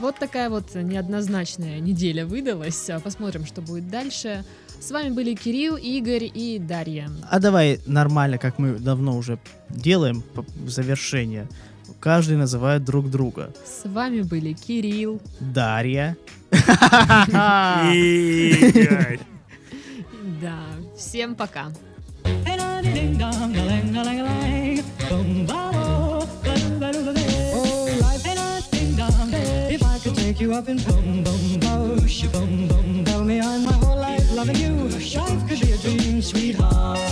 A: Вот такая вот неоднозначная неделя выдалась. А Посмотрим, что будет дальше. С вами были Кирилл, Игорь и Дарья.
D: А давай нормально, как мы давно уже делаем по- завершение. Каждый называет друг друга.
A: С вами были Кирилл,
D: Дарья. А.
C: Игорь.
A: Да, всем пока.
E: Oh, life ain't a ding dong. If I could take you up in boom boom boom, boom boom, tell me I'm my whole life loving you. Life could be a dream, sweetheart.